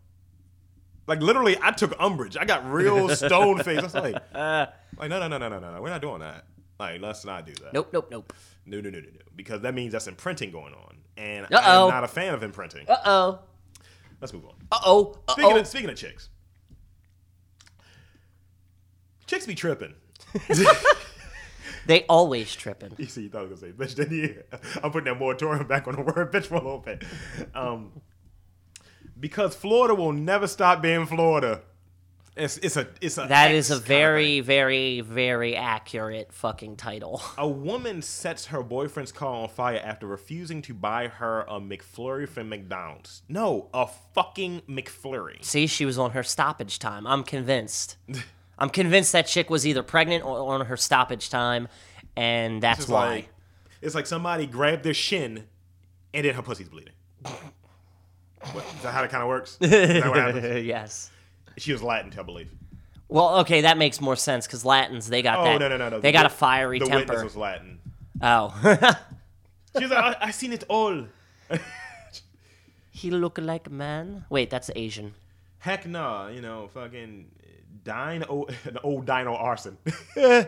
[SPEAKER 2] Like literally, I took umbrage. I got real stone face. I was like,
[SPEAKER 4] Uh.
[SPEAKER 2] "Like no, no, no, no, no, no, no. We're not doing that. Like let's not do that.
[SPEAKER 4] Nope, nope, nope.
[SPEAKER 2] No, no, no, no, no. Because that means that's imprinting going on, and
[SPEAKER 4] Uh-oh.
[SPEAKER 2] I'm not a fan of imprinting.
[SPEAKER 4] Uh oh.
[SPEAKER 2] Let's move on.
[SPEAKER 4] Uh oh. Uh
[SPEAKER 2] Speaking
[SPEAKER 4] oh.
[SPEAKER 2] of speaking of chicks, chicks be tripping.
[SPEAKER 4] They always tripping.
[SPEAKER 2] You see, you thought I was gonna say bitch, didn't you? I'm putting that moratorium back on the word bitch for a little bit. Um, because Florida will never stop being Florida. It's it's a it's a
[SPEAKER 4] That is a
[SPEAKER 2] X
[SPEAKER 4] very, very, very accurate fucking title.
[SPEAKER 2] A woman sets her boyfriend's car on fire after refusing to buy her a McFlurry from McDonald's. No, a fucking McFlurry.
[SPEAKER 4] See, she was on her stoppage time. I'm convinced. I'm convinced that chick was either pregnant or on her stoppage time, and that's
[SPEAKER 2] It's
[SPEAKER 4] why.
[SPEAKER 2] like it's like somebody grabbed their shin and then her pussy's bleeding. What, is that how it kind of works? Is that what happens?
[SPEAKER 4] yes.
[SPEAKER 2] She was Latin, I believe.
[SPEAKER 4] Well, okay, that makes more sense because Latins they got
[SPEAKER 2] Oh
[SPEAKER 4] that.
[SPEAKER 2] no no no no!
[SPEAKER 4] They got a
[SPEAKER 2] The-
[SPEAKER 4] fiery
[SPEAKER 2] the
[SPEAKER 4] temper.
[SPEAKER 2] witness was Latin.
[SPEAKER 4] oh,
[SPEAKER 2] She was like, I, I seen it all.
[SPEAKER 4] he look like a man. Wait, that's Asian.
[SPEAKER 2] Heck nah, you know, fucking dino, the old dino arson.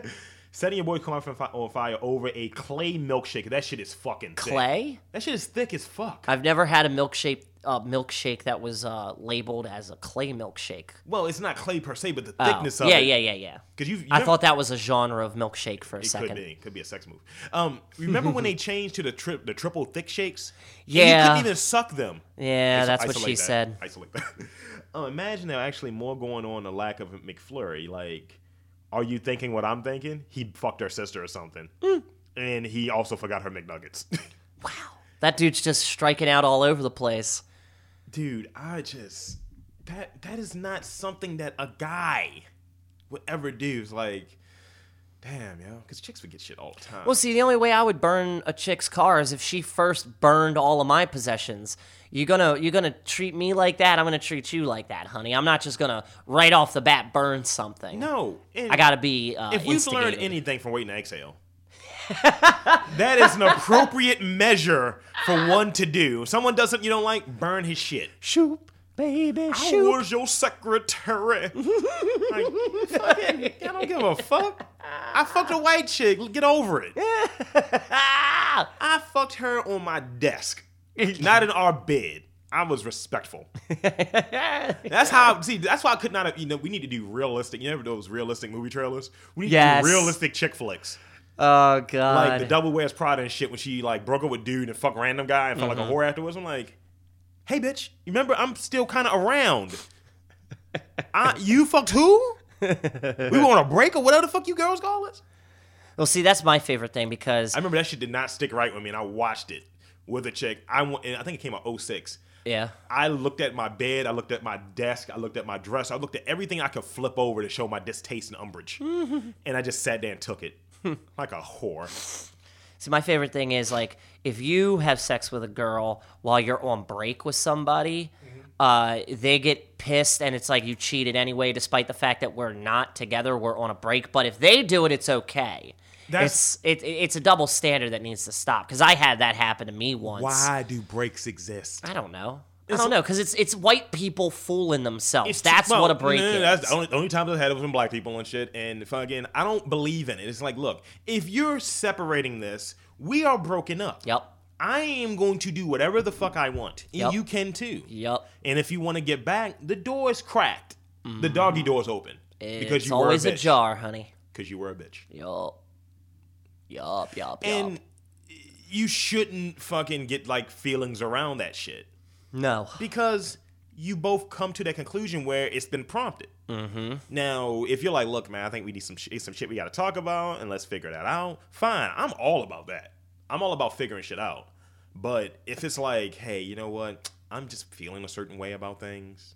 [SPEAKER 2] Setting your boy car on fi- on fire over a clay milkshake. That shit is fucking thick.
[SPEAKER 4] Clay.
[SPEAKER 2] That shit is thick as fuck.
[SPEAKER 4] I've never had a milkshake uh, milkshake that was uh, labeled as a clay milkshake.
[SPEAKER 2] Well, it's not clay per se, but the
[SPEAKER 4] Oh,
[SPEAKER 2] thickness of
[SPEAKER 4] yeah,
[SPEAKER 2] it.
[SPEAKER 4] yeah, yeah, yeah.
[SPEAKER 2] Because you, you
[SPEAKER 4] I
[SPEAKER 2] remember-
[SPEAKER 4] thought that was a genre of milkshake for a
[SPEAKER 2] it
[SPEAKER 4] second.
[SPEAKER 2] could be, could be a sex move. Um, remember when they changed to the trip, the triple thick shakes? And you
[SPEAKER 4] Yeah.
[SPEAKER 2] couldn't even suck them.
[SPEAKER 4] Yeah,
[SPEAKER 2] Iso-
[SPEAKER 4] that's what she
[SPEAKER 2] isolate that.
[SPEAKER 4] said.
[SPEAKER 2] Isolate that. um, imagine there actually more going on the lack of McFlurry. Like, are you thinking what I'm thinking? He fucked her sister or something,
[SPEAKER 4] Mm.
[SPEAKER 2] and he also forgot her McNuggets.
[SPEAKER 4] That dude's just striking out all over the place.
[SPEAKER 2] Dude, I just that that is not something that a guy would ever do. It's like, damn, yo, because chicks forget shit all the time.
[SPEAKER 4] Well, see, the only way I would burn a chick's car is if she first burned all of my possessions. You gonna you gonna treat me like that? I'm gonna treat you like that, honey. I'm not just gonna right off the bat burn something.
[SPEAKER 2] no, and
[SPEAKER 4] I gotta be. Uh,
[SPEAKER 2] If we've learned
[SPEAKER 4] instigated.
[SPEAKER 2] anything from waiting to exhale, that is an appropriate measure for one to do. If someone does something you don't like, burn his shit.
[SPEAKER 4] shoop, baby,
[SPEAKER 2] I
[SPEAKER 4] shoop.
[SPEAKER 2] was your secretary. Like, fucking- I don't give a fuck. I fucked a white chick. Get over it. I fucked her on my desk, not in our bed. I was respectful. That's how. See, that's why I could not. You know, we need to do realistic. You never know those realistic movie trailers. We need
[SPEAKER 4] Yes.
[SPEAKER 2] to do realistic chick flicks.
[SPEAKER 4] Oh
[SPEAKER 2] Like the
[SPEAKER 4] god.
[SPEAKER 2] double wears Prada and shit when she like broke up with dude and fuck random guy and felt like a whore afterwards. I'm like, hey bitch, you remember I'm still kind of around. I, you fucked who? we were on a break or whatever the fuck you girls call us.
[SPEAKER 4] well, see, that's my favorite thing because
[SPEAKER 2] I remember that shit did not stick right with me, and I watched it with a chick. I wa- and I think it came out 06.
[SPEAKER 4] yeah.
[SPEAKER 2] I looked at my bed, I looked at my desk, I looked at my dress, I looked at everything I could flip over to show my distaste and umbrage, and I just sat there and took it like a whore.
[SPEAKER 4] See, my favorite thing is like if you have sex with a girl while you're on break with somebody,
[SPEAKER 2] Mm-hmm.
[SPEAKER 4] uh, they get pissed and it's like you cheated anyway, despite the fact that we're not together, we're on a break. But if they do it, it's okay.
[SPEAKER 2] That's-
[SPEAKER 4] it's it, it's a double standard that needs to stop because I had that happen to me once.
[SPEAKER 2] Why do breaks exist?
[SPEAKER 4] I don't know. I don't know because it's it's white people fooling themselves. that's
[SPEAKER 2] well,
[SPEAKER 4] what a break
[SPEAKER 2] no, no,
[SPEAKER 4] is.
[SPEAKER 2] no, That's the only, only time I've had it was from black people and shit. And fucking, I don't believe in it. It's like, look, if you're separating this, we are broken up.
[SPEAKER 4] Yep.
[SPEAKER 2] I am going to do whatever the fuck I want. And
[SPEAKER 4] Yep.
[SPEAKER 2] you can too.
[SPEAKER 4] Yup.
[SPEAKER 2] And if you want to get back, the door is cracked. The doggy door's open. because
[SPEAKER 4] Mm-hmm. It's
[SPEAKER 2] you
[SPEAKER 4] always
[SPEAKER 2] were a bitch.
[SPEAKER 4] jar, honey.
[SPEAKER 2] Because you were a bitch.
[SPEAKER 4] Yup. Yup, yup, yup.
[SPEAKER 2] And you shouldn't fucking get like feelings around that shit.
[SPEAKER 4] no.
[SPEAKER 2] because you both come to that conclusion where it's been prompted. Mm-hmm. Now, if you're like, look, man, I think we need some sh- some shit we got to talk about, and let's figure that out. Fine, I'm all about that. I'm all about figuring shit out. But if it's like, hey, you know what? I'm just feeling a certain way about things.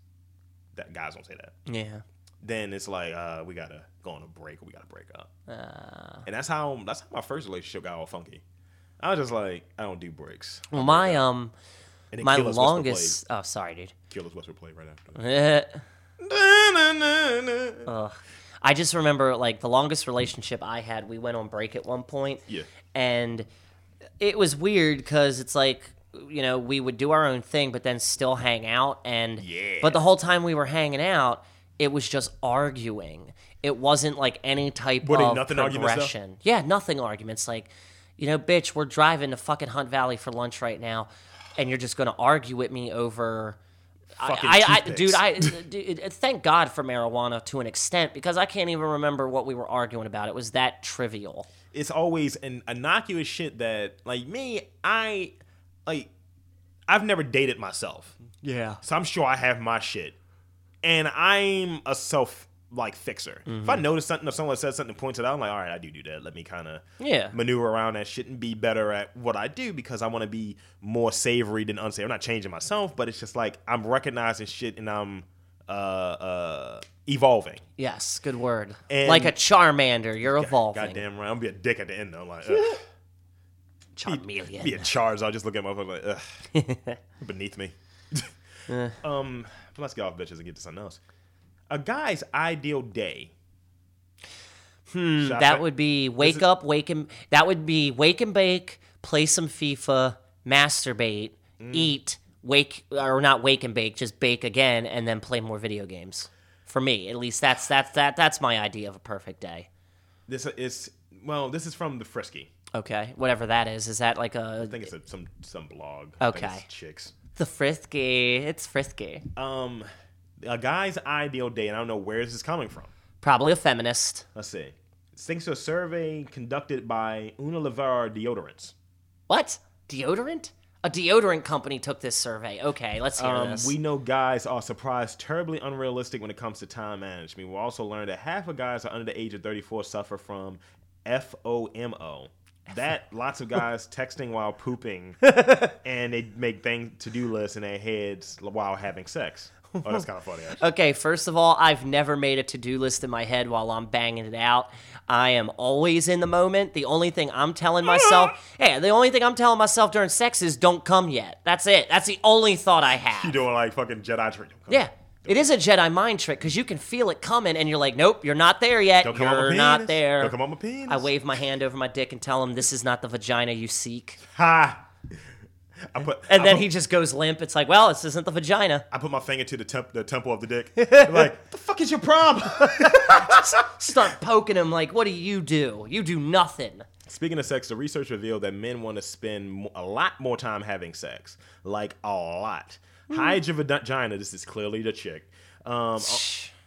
[SPEAKER 2] That guys don't say that.
[SPEAKER 4] Yeah.
[SPEAKER 2] Then it's like, uh, we gotta go on a break. or We gotta break up.
[SPEAKER 4] Ah.
[SPEAKER 2] and that's how that's how my first relationship got all funky. I was just like, I don't do breaks.
[SPEAKER 4] Well, my um,
[SPEAKER 2] And then
[SPEAKER 4] my
[SPEAKER 2] Killers Whisper
[SPEAKER 4] longest. Oh, sorry, dude.
[SPEAKER 2] played. Killers Whisper played right after.
[SPEAKER 4] Ugh. I just remember like the longest relationship I had, we went on break at one point.
[SPEAKER 2] Yeah.
[SPEAKER 4] And it was weird because it's like, you know, we would do our own thing, but then still hang out. And,
[SPEAKER 2] Yeah.
[SPEAKER 4] but the whole time we were hanging out, it was just arguing. It wasn't like any type
[SPEAKER 2] Were they
[SPEAKER 4] of
[SPEAKER 2] nothing arguments, though?
[SPEAKER 4] progression. Yeah, nothing arguments. Like, you know, bitch, we're driving to fucking Hunt Valley for lunch right now, and you're just going to argue with me over.
[SPEAKER 2] Fucking
[SPEAKER 4] I, I, I
[SPEAKER 2] toothpicks.
[SPEAKER 4] dude, I, dude, thank God for marijuana to an extent because I can't even remember what we were arguing about. It was that trivial.
[SPEAKER 2] it's always an innocuous shit that like me i like i've never dated myself
[SPEAKER 4] Yeah.
[SPEAKER 2] so i'm sure i have my shit and i'm a self like fixer if
[SPEAKER 4] Mm-hmm.
[SPEAKER 2] i notice something if someone says something points it out i'm like all right i do do that let me kind of
[SPEAKER 4] Yeah.
[SPEAKER 2] maneuver around that shit and be better at what i do because i want to be more savory than unsavory i'm not changing myself but it's just like i'm recognizing shit and i'm uh uh evolving
[SPEAKER 4] Yes. Good word.
[SPEAKER 2] And-
[SPEAKER 4] like a Charmander, you're evolving.
[SPEAKER 2] goddamn right i'm gonna be a dick at the end though I'm like ugh.
[SPEAKER 4] Charmeleon.
[SPEAKER 2] be a charge. I'll just look at my phone like, ugh, beneath me. um, but let's get off bitches and get to something else. A guy's ideal day. Hmm,
[SPEAKER 4] That would be wake up, wake and that would be wake and bake, play some FIFA, masturbate,
[SPEAKER 2] Mm.
[SPEAKER 4] eat, wake or not wake and bake, just bake again, and then play more video games. For me, at least, that's that's that that's my idea of a perfect day.
[SPEAKER 2] This is well. This is from the Frisky.
[SPEAKER 4] Okay, whatever that is. Is that like a
[SPEAKER 2] I think it's a, some some blog. I think it's
[SPEAKER 4] Okay.
[SPEAKER 2] chicks.
[SPEAKER 4] the frisky? It's frisky.
[SPEAKER 2] Um, a guy's ideal day, and I don't know where this is coming from.
[SPEAKER 4] Probably a feminist.
[SPEAKER 2] Let's see. Thanks to a survey conducted by Unilever Deodorants.
[SPEAKER 4] What deodorant? A deodorant company took this survey. Okay, let's hear
[SPEAKER 2] Um,
[SPEAKER 4] this.
[SPEAKER 2] we know guys are surprised terribly unrealistic when it comes to time management. We also learned that half of guys are under the age of 34 suffer from FOMO. That lots of guys texting while pooping, and they make things to do lists in their heads while having sex. Oh, that's kind of funny. Actually.
[SPEAKER 4] Okay, first of all, I've never made a to do list in my head while I'm banging it out. I am always in the moment. The only thing I'm telling myself, hey, the only thing I'm telling myself during sex is don't come yet. That's it. That's the only thought I
[SPEAKER 2] You
[SPEAKER 4] have.
[SPEAKER 2] doing like fucking Jedi trick?
[SPEAKER 4] Yeah. It is a Jedi mind trick because you can feel it coming and you're like, nope, you're not there yet.
[SPEAKER 2] Don't come on my
[SPEAKER 4] you're
[SPEAKER 2] penis.
[SPEAKER 4] not there.
[SPEAKER 2] Don't come on my penis.
[SPEAKER 4] I wave my hand over my dick and tell him this is not the vagina you seek.
[SPEAKER 2] Ha! I put
[SPEAKER 4] And
[SPEAKER 2] I
[SPEAKER 4] then
[SPEAKER 2] put,
[SPEAKER 4] he just goes limp. It's like, well, this isn't the vagina.
[SPEAKER 2] I put my finger to the temp, the temple of the dick. like the fuck is your problem?
[SPEAKER 4] Start poking him like, what do you do? You do nothing.
[SPEAKER 2] Speaking of sex, the research revealed that men want to spend mo- a lot more time having sex, like a lot. Hide your vagina. This is clearly the chick. Um, al-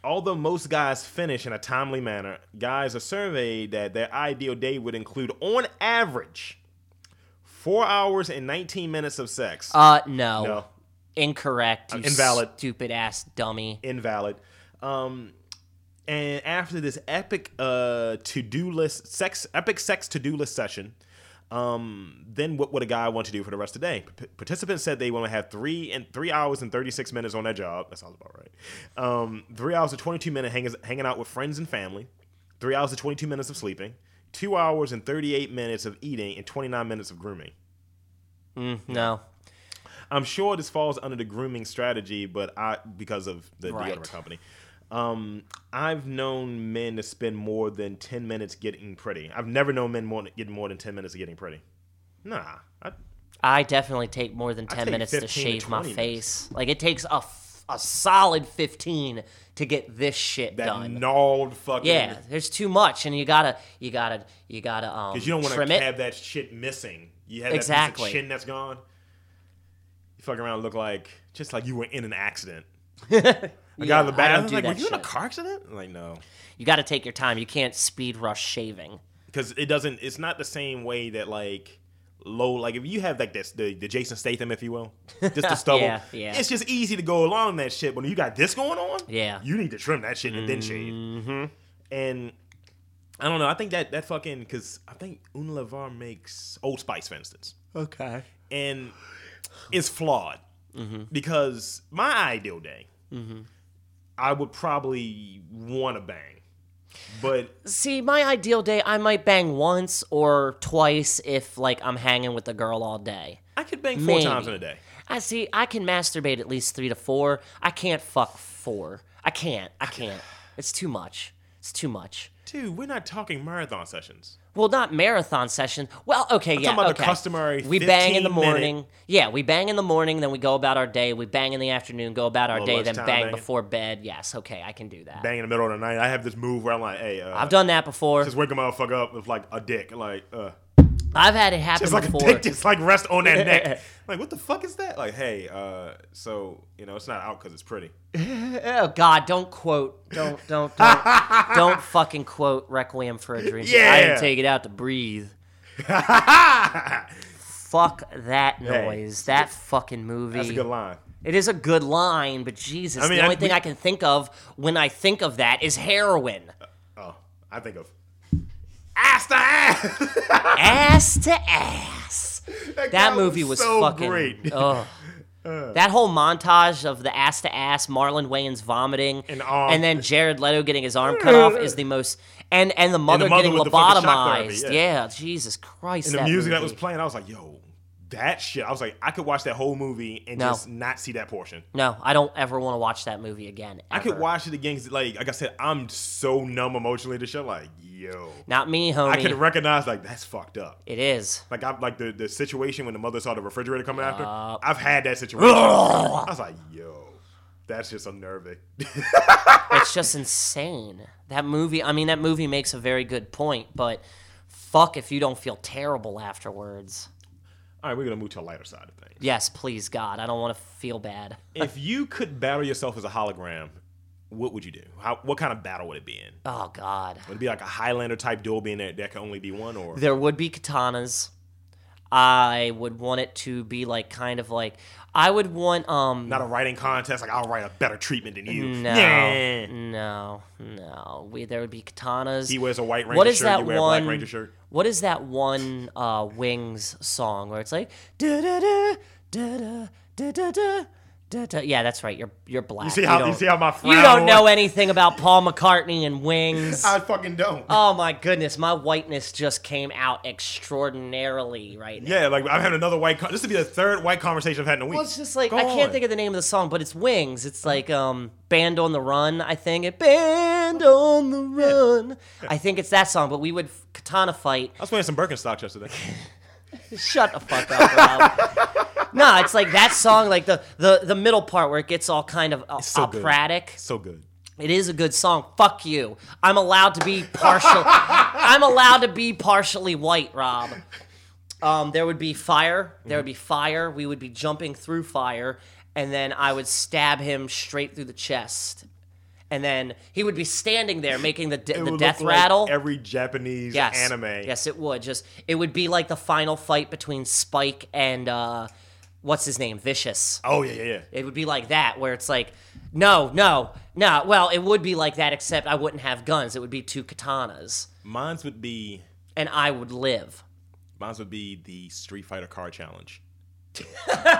[SPEAKER 2] although most guys finish in a timely manner, guys are surveyed that their ideal day would include, on average, four hours and 19 minutes of sex.
[SPEAKER 4] Uh, no.
[SPEAKER 2] No.
[SPEAKER 4] Incorrect. You
[SPEAKER 2] invalid.
[SPEAKER 4] Stupid ass dummy.
[SPEAKER 2] invalid. Um, and after this epic uh, to-do list sex epic sex to-do list session, um, then what would a guy want to do for the rest of the day? P- participants said they want to have three and three hours and thirty six minutes on their job. That sounds about right. Um, three hours and twenty two minutes hanging hanging out with friends and family. Three hours and twenty two minutes of sleeping. Two hours and thirty eight minutes of eating and twenty nine minutes of grooming.
[SPEAKER 4] No.
[SPEAKER 2] I'm sure this falls under the grooming strategy, but I because of the
[SPEAKER 4] Right.
[SPEAKER 2] deodorant company. Um, I've known men to spend more than ten minutes getting pretty. I've never known men more getting more than ten minutes of getting pretty. Nah, I,
[SPEAKER 4] I definitely take more than 10
[SPEAKER 2] take
[SPEAKER 4] minutes to
[SPEAKER 2] 15 to
[SPEAKER 4] shave my
[SPEAKER 2] 20 minutes.
[SPEAKER 4] face. Like, it takes a f- a solid 15 to get this shit
[SPEAKER 2] That
[SPEAKER 4] done.
[SPEAKER 2] gnarled fucking.
[SPEAKER 4] yeah, there's too much, and you gotta, you gotta, you gotta um,
[SPEAKER 2] Because you don't want
[SPEAKER 4] trim
[SPEAKER 2] to
[SPEAKER 4] it.
[SPEAKER 2] have that shit missing. You have that piece
[SPEAKER 4] Exactly.
[SPEAKER 2] of chin that's gone. You fuck around, and look like just like you were in an accident. I got out of the
[SPEAKER 4] I
[SPEAKER 2] back. I,
[SPEAKER 4] don't
[SPEAKER 2] was
[SPEAKER 4] do
[SPEAKER 2] like, "Were
[SPEAKER 4] that
[SPEAKER 2] you in a
[SPEAKER 4] shit.
[SPEAKER 2] car accident?" I'm like, no,
[SPEAKER 4] You gotta take your time. You can't speed rush shaving.
[SPEAKER 2] because it doesn't. It's not the same way that like low. Like if you have like this the, the Jason Statham, if you will, just the stubble.
[SPEAKER 4] Yeah, yeah.
[SPEAKER 2] It's just easy to go along that shit. But when you got this going on,
[SPEAKER 4] Yeah.
[SPEAKER 2] you need to trim that shit and then shave. And I don't know. I think that that fucking because I think Unilever makes Old Spice, for instance.
[SPEAKER 4] Okay.
[SPEAKER 2] and it's flawed because my ideal day, I would probably want to bang, but
[SPEAKER 4] See, my ideal day, I might bang once or twice if like I'm hanging with a girl all day.
[SPEAKER 2] I could bang four
[SPEAKER 4] Maybe.
[SPEAKER 2] times in a day.
[SPEAKER 4] I see. I can masturbate at least three to four. I can't fuck four. I can't. I can't. It's too much. It's too much.
[SPEAKER 2] Dude, we're not talking marathon sessions.
[SPEAKER 4] Well, not marathon session. Well, okay, yeah,
[SPEAKER 2] talking about the
[SPEAKER 4] okay.
[SPEAKER 2] customary
[SPEAKER 4] We bang in the
[SPEAKER 2] 15 minute-
[SPEAKER 4] morning. Yeah, we bang in the morning, then we go about our day. We bang in the afternoon, go about our
[SPEAKER 2] Little
[SPEAKER 4] day, then
[SPEAKER 2] lunchtime
[SPEAKER 4] bang
[SPEAKER 2] banging.
[SPEAKER 4] before bed. Yes, okay, I can do that.
[SPEAKER 2] Bang in the middle of the night. I have this move where I'm like, hey, uh,
[SPEAKER 4] I've done that before.
[SPEAKER 2] just wake a motherfucker up with like a dick, like uh,
[SPEAKER 4] I've had it happen
[SPEAKER 2] just like
[SPEAKER 4] before.
[SPEAKER 2] a dick, just like rest on that neck. Like, what the fuck is that? Like, hey, uh, so you know, it's not out because it's pretty.
[SPEAKER 4] Oh God! Don't quote. Don't don't don't don't fucking quote Requiem for a Dream. I
[SPEAKER 2] Yeah.
[SPEAKER 4] didn't take it out to breathe. Fuck that noise. That fucking movie.
[SPEAKER 2] That's a good line.
[SPEAKER 4] It is a good line, but Jesus,
[SPEAKER 2] I mean,
[SPEAKER 4] the
[SPEAKER 2] I-
[SPEAKER 4] only thing
[SPEAKER 2] we-
[SPEAKER 4] I can think of when I think of that is heroin.
[SPEAKER 2] Oh, I think of ass to ass.
[SPEAKER 4] ass to ass.
[SPEAKER 2] That
[SPEAKER 4] That,
[SPEAKER 2] guy was
[SPEAKER 4] movie was
[SPEAKER 2] so
[SPEAKER 4] fucking
[SPEAKER 2] great.
[SPEAKER 4] ugh. that whole montage of the ass to ass, Marlon Wayans vomiting,
[SPEAKER 2] And arm-
[SPEAKER 4] and then Jared Leto getting his arm cut off is the most. And and the mother,
[SPEAKER 2] mother
[SPEAKER 4] getting
[SPEAKER 2] with the fucking shock therapy,
[SPEAKER 4] lobotomized.
[SPEAKER 2] yeah.
[SPEAKER 4] yeah. Jesus Christ.
[SPEAKER 2] And the
[SPEAKER 4] that
[SPEAKER 2] music that was
[SPEAKER 4] movie.
[SPEAKER 2] playing, I was like, yo, that shit. I was like, I could watch that whole movie and
[SPEAKER 4] No.
[SPEAKER 2] just not see that portion.
[SPEAKER 4] No, I don't ever want to watch that movie again.
[SPEAKER 2] I could
[SPEAKER 4] ever.
[SPEAKER 2] watch it again. 'cause, Like, like I said, I'm so numb emotionally to shit. Like, yo,
[SPEAKER 4] Not me, homie.
[SPEAKER 2] I could recognize like that's fucked up.
[SPEAKER 4] it is.
[SPEAKER 2] Like I like the, the situation when the mother saw the refrigerator coming after. I've had that situation. I was like, yo, that's just unnerving.
[SPEAKER 4] it's just insane. That movie, I mean, that movie makes a very good point, but fuck if you don't feel terrible afterwards.
[SPEAKER 2] All right, we're gonna move to a lighter side of things.
[SPEAKER 4] Yes, please, God. I don't want to feel bad.
[SPEAKER 2] if you could battle yourself as a hologram, what would you do? How, what kind of battle would it be in?
[SPEAKER 4] Oh, God.
[SPEAKER 2] Would it be like a Highlander type duel, being that there can only be one, or
[SPEAKER 4] There would be katanas. I would want it to be like kind of like I would want um
[SPEAKER 2] not a writing contest? Like I'll write a better treatment than you.
[SPEAKER 4] no
[SPEAKER 2] Nah.
[SPEAKER 4] no no we there would be katanas.
[SPEAKER 2] He wears a white ranger
[SPEAKER 4] What is
[SPEAKER 2] shirt.
[SPEAKER 4] that
[SPEAKER 2] you wear a
[SPEAKER 4] one-
[SPEAKER 2] black ranger shirt.
[SPEAKER 4] What is that one uh, Wings song where it's like da da da da da da da da da da? Yeah, that's right. You're you're black. You
[SPEAKER 2] see how- you
[SPEAKER 4] don't-
[SPEAKER 2] see how my
[SPEAKER 4] you
[SPEAKER 2] frown
[SPEAKER 4] don't know
[SPEAKER 2] was?
[SPEAKER 4] anything about Paul McCartney and Wings.
[SPEAKER 2] I fucking don't.
[SPEAKER 4] oh my goodness, my whiteness just came out extraordinarily right now.
[SPEAKER 2] yeah, like I'm having another white. Con- this would be the third white conversation I've had in a week.
[SPEAKER 4] Well, it's just like
[SPEAKER 2] Go
[SPEAKER 4] I can't
[SPEAKER 2] on.
[SPEAKER 4] think of the name of the song, but it's Wings. It's like um, Band on the Run. I think it Band on the Run. I think it's that song. But we would katana fight
[SPEAKER 2] I was wearing some Birkenstocks yesterday.
[SPEAKER 4] Shut the fuck up, Rob. no, it's like that song, like the the the middle part where it gets all kind of uh,
[SPEAKER 2] so good.
[SPEAKER 4] operatic.
[SPEAKER 2] so good.
[SPEAKER 4] It is a good song. Fuck you. I'm allowed to be partial. I'm allowed to be partially white, Rob. Um, there would be fire.
[SPEAKER 2] Mhm.
[SPEAKER 4] There would be fire. We would be jumping through fire, and then I would stab him straight through the chest, and then he would be standing there making the de-
[SPEAKER 2] It
[SPEAKER 4] the
[SPEAKER 2] would
[SPEAKER 4] death
[SPEAKER 2] look like
[SPEAKER 4] rattle
[SPEAKER 2] every Japanese anime.
[SPEAKER 4] Yes, it would. Just it would be like the final fight between Spike and uh, what's his name, Vicious.
[SPEAKER 2] Oh yeah, yeah, yeah.
[SPEAKER 4] It would be like that, where it's like, no, no, no. Well, it would be like that, except I wouldn't have guns. It would be two katanas,
[SPEAKER 2] Mines would be
[SPEAKER 4] and I would live.
[SPEAKER 2] Mine would be the Street Fighter car challenge.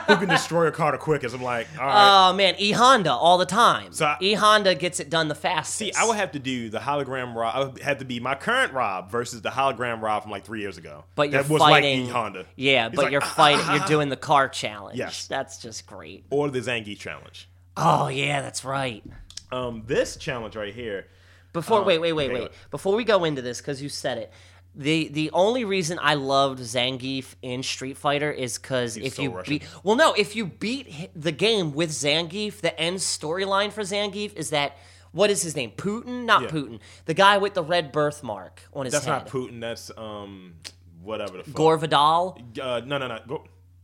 [SPEAKER 2] Who can destroy a car the quickest? I'm like, all right.
[SPEAKER 4] Oh man, E Honda all the time.
[SPEAKER 2] So I-
[SPEAKER 4] e Honda gets it done the fastest.
[SPEAKER 2] See, I would have to do the hologram Rob. I would have to be my current Rob versus the hologram Rob from like three years ago.
[SPEAKER 4] but you're
[SPEAKER 2] that was
[SPEAKER 4] fighting
[SPEAKER 2] like E Honda.
[SPEAKER 4] Yeah,
[SPEAKER 2] He's
[SPEAKER 4] but
[SPEAKER 2] like,
[SPEAKER 4] you're
[SPEAKER 2] "Ah,
[SPEAKER 4] fighting. you're doing the car challenge.
[SPEAKER 2] Yes.
[SPEAKER 4] that's just great.
[SPEAKER 2] or the Zangief challenge.
[SPEAKER 4] Oh yeah, that's right.
[SPEAKER 2] Um, this challenge right here.
[SPEAKER 4] Before wait, wait,
[SPEAKER 2] Oh,
[SPEAKER 4] wait,
[SPEAKER 2] okay,
[SPEAKER 4] wait.
[SPEAKER 2] look.
[SPEAKER 4] Before we go into this, because you said it, The the only reason I loved Zangief in Street Fighter is because if
[SPEAKER 2] so
[SPEAKER 4] you
[SPEAKER 2] Russian.
[SPEAKER 4] beat well no if you beat hi- the game with Zangief the end storyline for Zangief is that what is his name Putin not
[SPEAKER 2] Yeah.
[SPEAKER 4] Putin the guy with the red birthmark on his
[SPEAKER 2] That's
[SPEAKER 4] head
[SPEAKER 2] not Putin. That's um, whatever the fuck.
[SPEAKER 4] Gore Vidal
[SPEAKER 2] Uh, no, no, no. Go,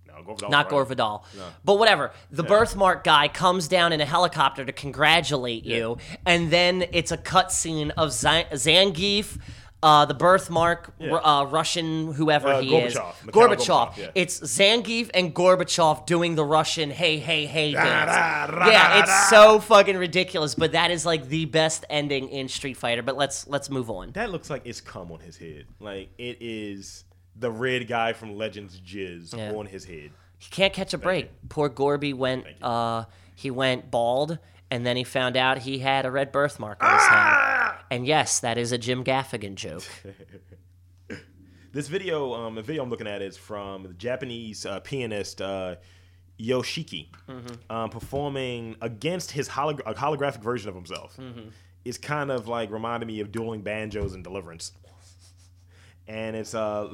[SPEAKER 2] no, Gore Vidal.
[SPEAKER 4] not Gore Vidal. But whatever. The birthmark guy comes down in a helicopter to congratulate you, and then it's a cutscene of Zan- Zangief. Uh, the birthmark,
[SPEAKER 2] Yeah.
[SPEAKER 4] Ru- uh, Russian, whoever
[SPEAKER 2] Uh,
[SPEAKER 4] he is,
[SPEAKER 2] Gorbachev. Mikhail
[SPEAKER 4] Gorbachev.
[SPEAKER 2] Gorbachev, yeah.
[SPEAKER 4] It's Zangief and Gorbachev doing the Russian "Hey, hey, hey" dance.
[SPEAKER 2] da, ra,
[SPEAKER 4] yeah,
[SPEAKER 2] da,
[SPEAKER 4] it's
[SPEAKER 2] da.
[SPEAKER 4] so fucking ridiculous, but that is like the best ending in Street Fighter. But let's let's move on.
[SPEAKER 2] That looks like it's cum on his head. Like it is the red guy from Legends jizz
[SPEAKER 4] Yeah.
[SPEAKER 2] on his head.
[SPEAKER 4] He can't catch a break. Poor Gorby went.
[SPEAKER 2] you.
[SPEAKER 4] Uh, he went bald, and then he found out he had a red birthmark on his hand.
[SPEAKER 2] Ah!
[SPEAKER 4] And yes, that is a Jim Gaffigan joke.
[SPEAKER 2] This video, um, the video I'm looking at is from the Japanese uh, pianist uh, Yoshiki
[SPEAKER 4] Mm-hmm.
[SPEAKER 2] um, performing against his holog- a holographic version of himself.
[SPEAKER 4] Mm-hmm.
[SPEAKER 2] It's kind of like reminded me of dueling banjos and Deliverance, and it's uh,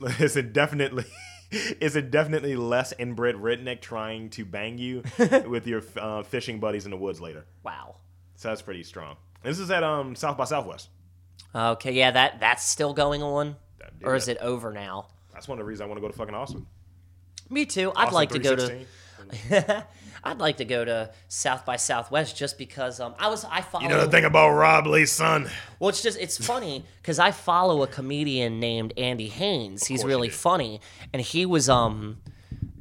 [SPEAKER 2] it's indefinitely. It's indefinitely less inbred redneck trying to bang you with your uh, fishing buddies in the woods later.
[SPEAKER 4] Wow.
[SPEAKER 2] So that's pretty strong. And this is at um, South by Southwest.
[SPEAKER 4] Okay, yeah, that that's still going on,
[SPEAKER 2] That-
[SPEAKER 4] or is
[SPEAKER 2] yeah.
[SPEAKER 4] it over now?
[SPEAKER 2] That's one of the reasons I want to go to fucking Austin.
[SPEAKER 4] Me too. I'd
[SPEAKER 2] Austin
[SPEAKER 4] like to go to.
[SPEAKER 2] 316.
[SPEAKER 4] I'd like to go to South by Southwest just because um I was I follow.
[SPEAKER 2] You know the thing about Rob Lee's son.
[SPEAKER 4] Well, it's just it's funny because I follow a comedian named Andy Haynes. He's
[SPEAKER 2] course you
[SPEAKER 4] really
[SPEAKER 2] do.
[SPEAKER 4] funny, and he was um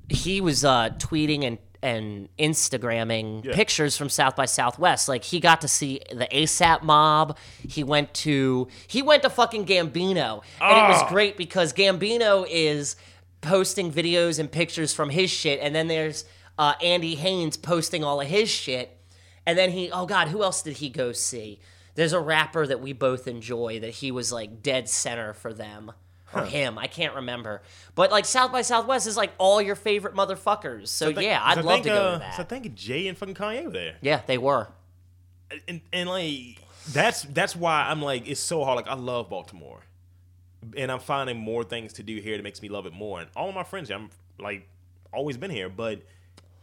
[SPEAKER 4] he was uh tweeting and and Instagramming
[SPEAKER 2] Yeah.
[SPEAKER 4] pictures from South by Southwest. Like he got to see the ASAP Mob. He went to he went to fucking Gambino, and it was
[SPEAKER 2] Ah.
[SPEAKER 4] great because Gambino is posting videos and pictures from his shit, and then there's uh, Andy Haynes posting all of his shit, and then he oh god, who else did he go see? There's a rapper that we both enjoy that he was like dead center for them or him. I can't remember, but like South by Southwest is like all your favorite motherfuckers. So, uh, yeah, I'd love to go to that.
[SPEAKER 2] So I think Jay and fucking Kanye were there,
[SPEAKER 4] yeah, they were.
[SPEAKER 2] and, and like that's that's why I'm like it's so hard. Like I love Baltimore, and I'm finding more things to do here that makes me love it more. And all of my friends, I'm like always been here, but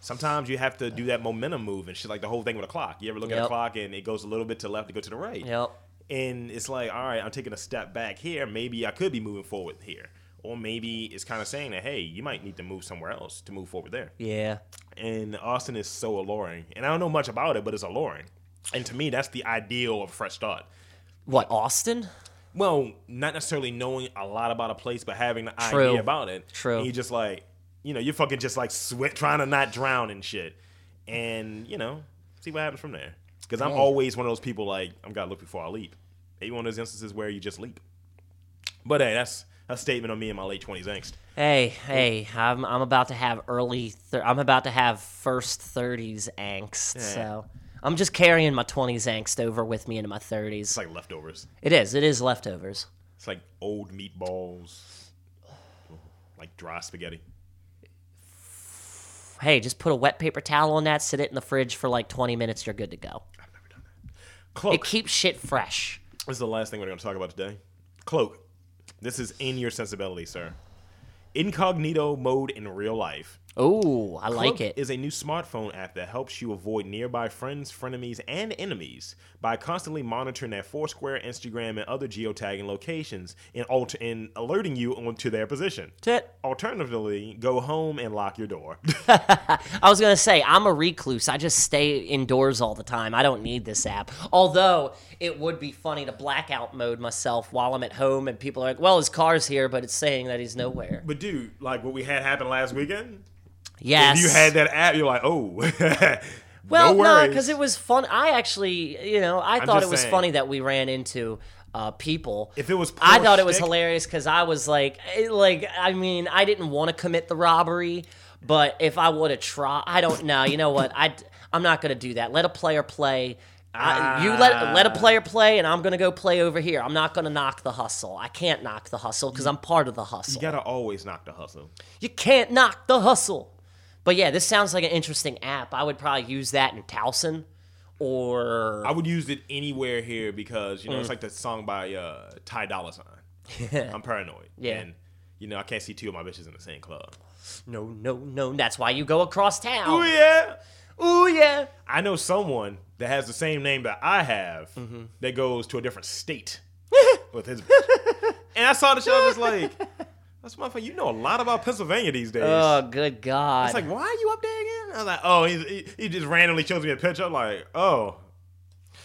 [SPEAKER 2] sometimes you have to do that momentum move and shit. Like the whole thing with a clock. You ever look at a
[SPEAKER 4] Yep.
[SPEAKER 2] clock and it goes a little bit to the left to go to the right.
[SPEAKER 4] Yep.
[SPEAKER 2] and it's like all right i'm taking a step back here maybe i could be moving forward here or maybe it's kind of saying that hey you might need to move somewhere else to move forward there
[SPEAKER 4] Yeah.
[SPEAKER 2] and austin is so alluring and i don't know much about it but it's alluring and to me that's the ideal of a fresh start
[SPEAKER 4] What Austin?
[SPEAKER 2] well not necessarily knowing a lot about a place but having the
[SPEAKER 4] True.
[SPEAKER 2] idea about it
[SPEAKER 4] True.
[SPEAKER 2] and you just like you know you're fucking just like sweat trying to not drown and shit and you know see what happens from there because i'm always one of those people like i'm gotta look before i leap maybe one of those instances where you just leap but hey that's a statement on me in my late 20s angst
[SPEAKER 4] Hey, hey, I'm I'm about to have early. Thir- I'm about to have first thirties angst. So I'm just carrying my twenties angst over with me into my thirties.
[SPEAKER 2] it's like leftovers
[SPEAKER 4] it is. It is leftovers.
[SPEAKER 2] it's like old meatballs like dry spaghetti
[SPEAKER 4] Hey, just put a wet paper towel on that. Sit it in the fridge for like 20 minutes. You're good to go.
[SPEAKER 2] i've never done that
[SPEAKER 4] It
[SPEAKER 2] cloak
[SPEAKER 4] keeps shit fresh.
[SPEAKER 2] This is the last thing we're going to talk about today. Cloak. This is in your sensibility, sir. Incognito mode in real life.
[SPEAKER 4] Oh, I
[SPEAKER 2] Cloak
[SPEAKER 4] like it.
[SPEAKER 2] Is a new smartphone app that helps you avoid nearby friends, frenemies, and enemies by constantly monitoring their Foursquare, Instagram, and other geotagging locations and, alter- and alerting you onto their position.
[SPEAKER 4] That's it.
[SPEAKER 2] Alternatively, go home and lock your door.
[SPEAKER 4] I was gonna say I'm a recluse. I just stay indoors all the time. I don't need this app. Although it would be funny to blackout mode myself while I'm at home and people are like, "Well, his car's here, but it's saying that he's nowhere."
[SPEAKER 2] but dude, like what we had happen last weekend,
[SPEAKER 4] Yes,
[SPEAKER 2] if you had that app, you're like, oh,
[SPEAKER 4] Well,
[SPEAKER 2] no
[SPEAKER 4] no,
[SPEAKER 2] worries.
[SPEAKER 4] because it was fun. I actually, you know, I thought
[SPEAKER 2] just
[SPEAKER 4] it was
[SPEAKER 2] saying.
[SPEAKER 4] funny that we ran into uh, people.
[SPEAKER 2] If it was
[SPEAKER 4] I
[SPEAKER 2] poor
[SPEAKER 4] thought it was
[SPEAKER 2] shtick-
[SPEAKER 4] hilarious because I was like, it- like, I mean, I didn't want to commit the robbery, but if I would have tried, I don't know. You know what? I I'm not gonna do that. Let a player play. I, you let
[SPEAKER 2] Ah.
[SPEAKER 4] let a player play, and I'm gonna go play over here. I'm not gonna knock the hustle. I can't knock the hustle because I'm part of the hustle.
[SPEAKER 2] you gotta always knock the hustle.
[SPEAKER 4] You can't knock the hustle. But yeah, this sounds like an interesting app. I would probably use that in Towson or Mm.
[SPEAKER 2] I would use it anywhere here because you know it's like the song by uh, Ty Dolla Sign. I'm paranoid.
[SPEAKER 4] Yeah.
[SPEAKER 2] And, you know, I can't see two of my bitches in the same club.
[SPEAKER 4] No, no, no. That's why you go across
[SPEAKER 2] Oh,
[SPEAKER 4] town.
[SPEAKER 2] yeah.
[SPEAKER 4] Ooh, yeah.
[SPEAKER 2] I know someone that has the same name that I have
[SPEAKER 4] Mm-hmm.
[SPEAKER 2] that goes to a different state with his bitch. And I saw the show, I was like, that's my thing. You know a lot about Pennsylvania these days.
[SPEAKER 4] Oh, good God.
[SPEAKER 2] it's like, why are you up there again? I was like, oh, he's, he, he just randomly shows me a picture. I'm like, oh,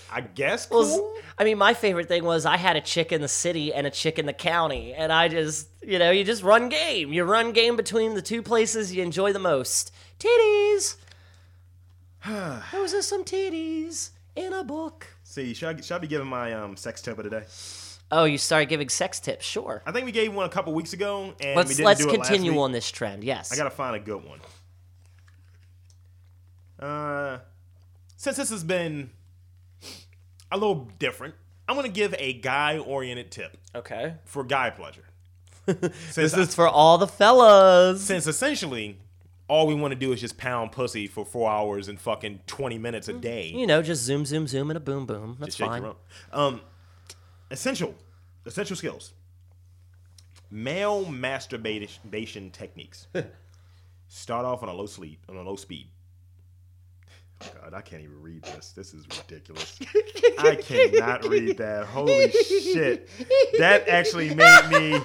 [SPEAKER 2] I guess
[SPEAKER 4] Well,
[SPEAKER 2] cool.
[SPEAKER 4] s- I mean, my favorite thing was I had a chick in the city and a chick in the county, and I just, you know, you just run game. You run game between the two places you enjoy the most. Titties. Those are some titties in a book.
[SPEAKER 2] See, should I, should I be giving my um, sex tip of the day?
[SPEAKER 4] Oh, you started giving sex tips? Sure.
[SPEAKER 2] I think we gave one a couple weeks ago, and we
[SPEAKER 4] Let's
[SPEAKER 2] didn't
[SPEAKER 4] let's
[SPEAKER 2] do it last
[SPEAKER 4] continue
[SPEAKER 2] week.
[SPEAKER 4] on this trend. Yes.
[SPEAKER 2] I gotta find a good one. Uh, since this has been a little different, I'm gonna give a guy-oriented tip
[SPEAKER 4] okay.
[SPEAKER 2] for guy pleasure. since,
[SPEAKER 4] This is for all the fellas.
[SPEAKER 2] since essentially all we want to do is just pound pussy for four hours and fucking twenty minutes a day.
[SPEAKER 4] You know, just zoom, zoom, zoom, and a boom, boom. That's
[SPEAKER 2] Just shake
[SPEAKER 4] fine.
[SPEAKER 2] your own. Um, essential, essential skills. Male masturbation techniques. Start off on a low sleep, on a low speed. Oh, God, I can't even read this. This is ridiculous. I cannot read that. Holy shit! That actually made me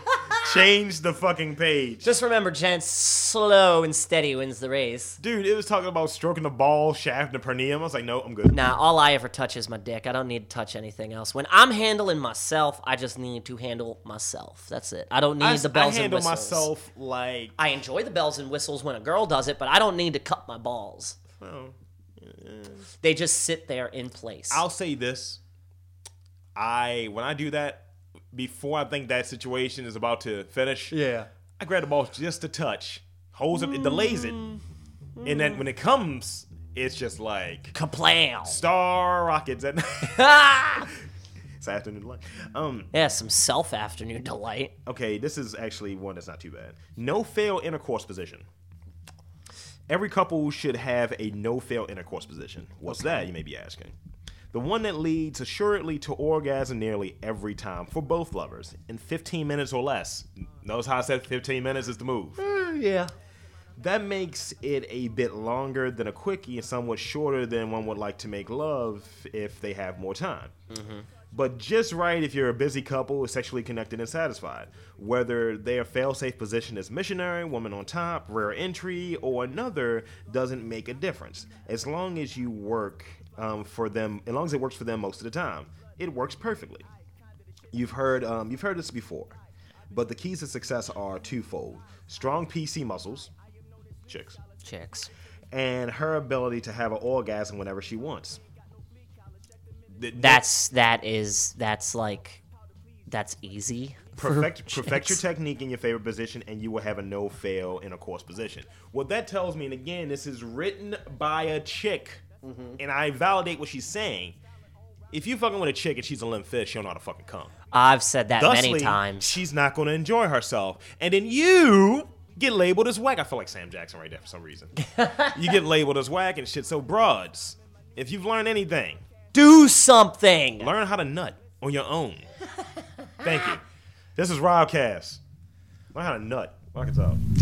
[SPEAKER 2] change the fucking page.
[SPEAKER 4] Just remember, gents, slow and steady wins the race.
[SPEAKER 2] Dude, it was talking about stroking the ball shaft and perineum. I was like, no, I'm good.
[SPEAKER 4] Nah, all I ever touch is my dick. I don't need to touch anything else. When I'm handling myself, I just need to handle myself. That's it. I don't need
[SPEAKER 2] I,
[SPEAKER 4] the
[SPEAKER 2] I
[SPEAKER 4] bells and
[SPEAKER 2] handle
[SPEAKER 4] whistles.
[SPEAKER 2] myself like
[SPEAKER 4] I enjoy the bells and whistles when a girl does it, but I don't need to cut my balls.
[SPEAKER 2] well,
[SPEAKER 4] They just sit there in place.
[SPEAKER 2] I'll say this. I when I do that, before I think that situation is about to finish,
[SPEAKER 4] yeah.
[SPEAKER 2] I grab the ball just a touch, holds it, it delays it, and then when it comes, it's just like
[SPEAKER 4] Kaplow.
[SPEAKER 2] star rockets. And
[SPEAKER 4] Ah!
[SPEAKER 2] it's afternoon light. Um,
[SPEAKER 4] Yeah, some self afternoon delight.
[SPEAKER 2] okay, this is actually one that's not too bad. No fail intercourse position. Every couple should have a no fail intercourse position. What's that, you may be asking? The one that leads assuredly to orgasm nearly every time for both lovers in 15 minutes or less. Notice how I said 15 minutes is the move.
[SPEAKER 4] Yeah.
[SPEAKER 2] That makes it a bit longer than a quickie and somewhat shorter than one would like to make love if they have more time. But just right if you're a busy couple, sexually connected and satisfied. Whether their fail-safe position is missionary, woman on top, rare entry, or another doesn't make a difference. As long as you work um, for them, as long as it works for them most of the time, it works perfectly. You've heard um, you've heard this before, but the keys to success are twofold: strong PC muscles, chicks,
[SPEAKER 4] Chicks.
[SPEAKER 2] and her ability to have an orgasm whenever she wants. Th-
[SPEAKER 4] That's, that is, that's like, that's easy. for
[SPEAKER 2] perfect perfect your
[SPEAKER 4] chicks.
[SPEAKER 2] technique in your favorite position, and you will have a no fail in a course position. What that tells me, and again, this is written by a chick,
[SPEAKER 4] Mm-hmm.
[SPEAKER 2] and I validate what she's saying. If you fucking with a chick and she's a limp fish, she don't know how to fucking come.
[SPEAKER 4] I've said that
[SPEAKER 2] Thusly,
[SPEAKER 4] many times.
[SPEAKER 2] she's not going to enjoy herself. And then you get labeled as whack. I feel like Sam Jackson right there for some reason. you get labeled as whack and shit. So, broads, if you've learned anything,
[SPEAKER 4] Do something.
[SPEAKER 2] learn how to nut on your own. Thank you. This is Robcast. Learn how to nut. Rock it out.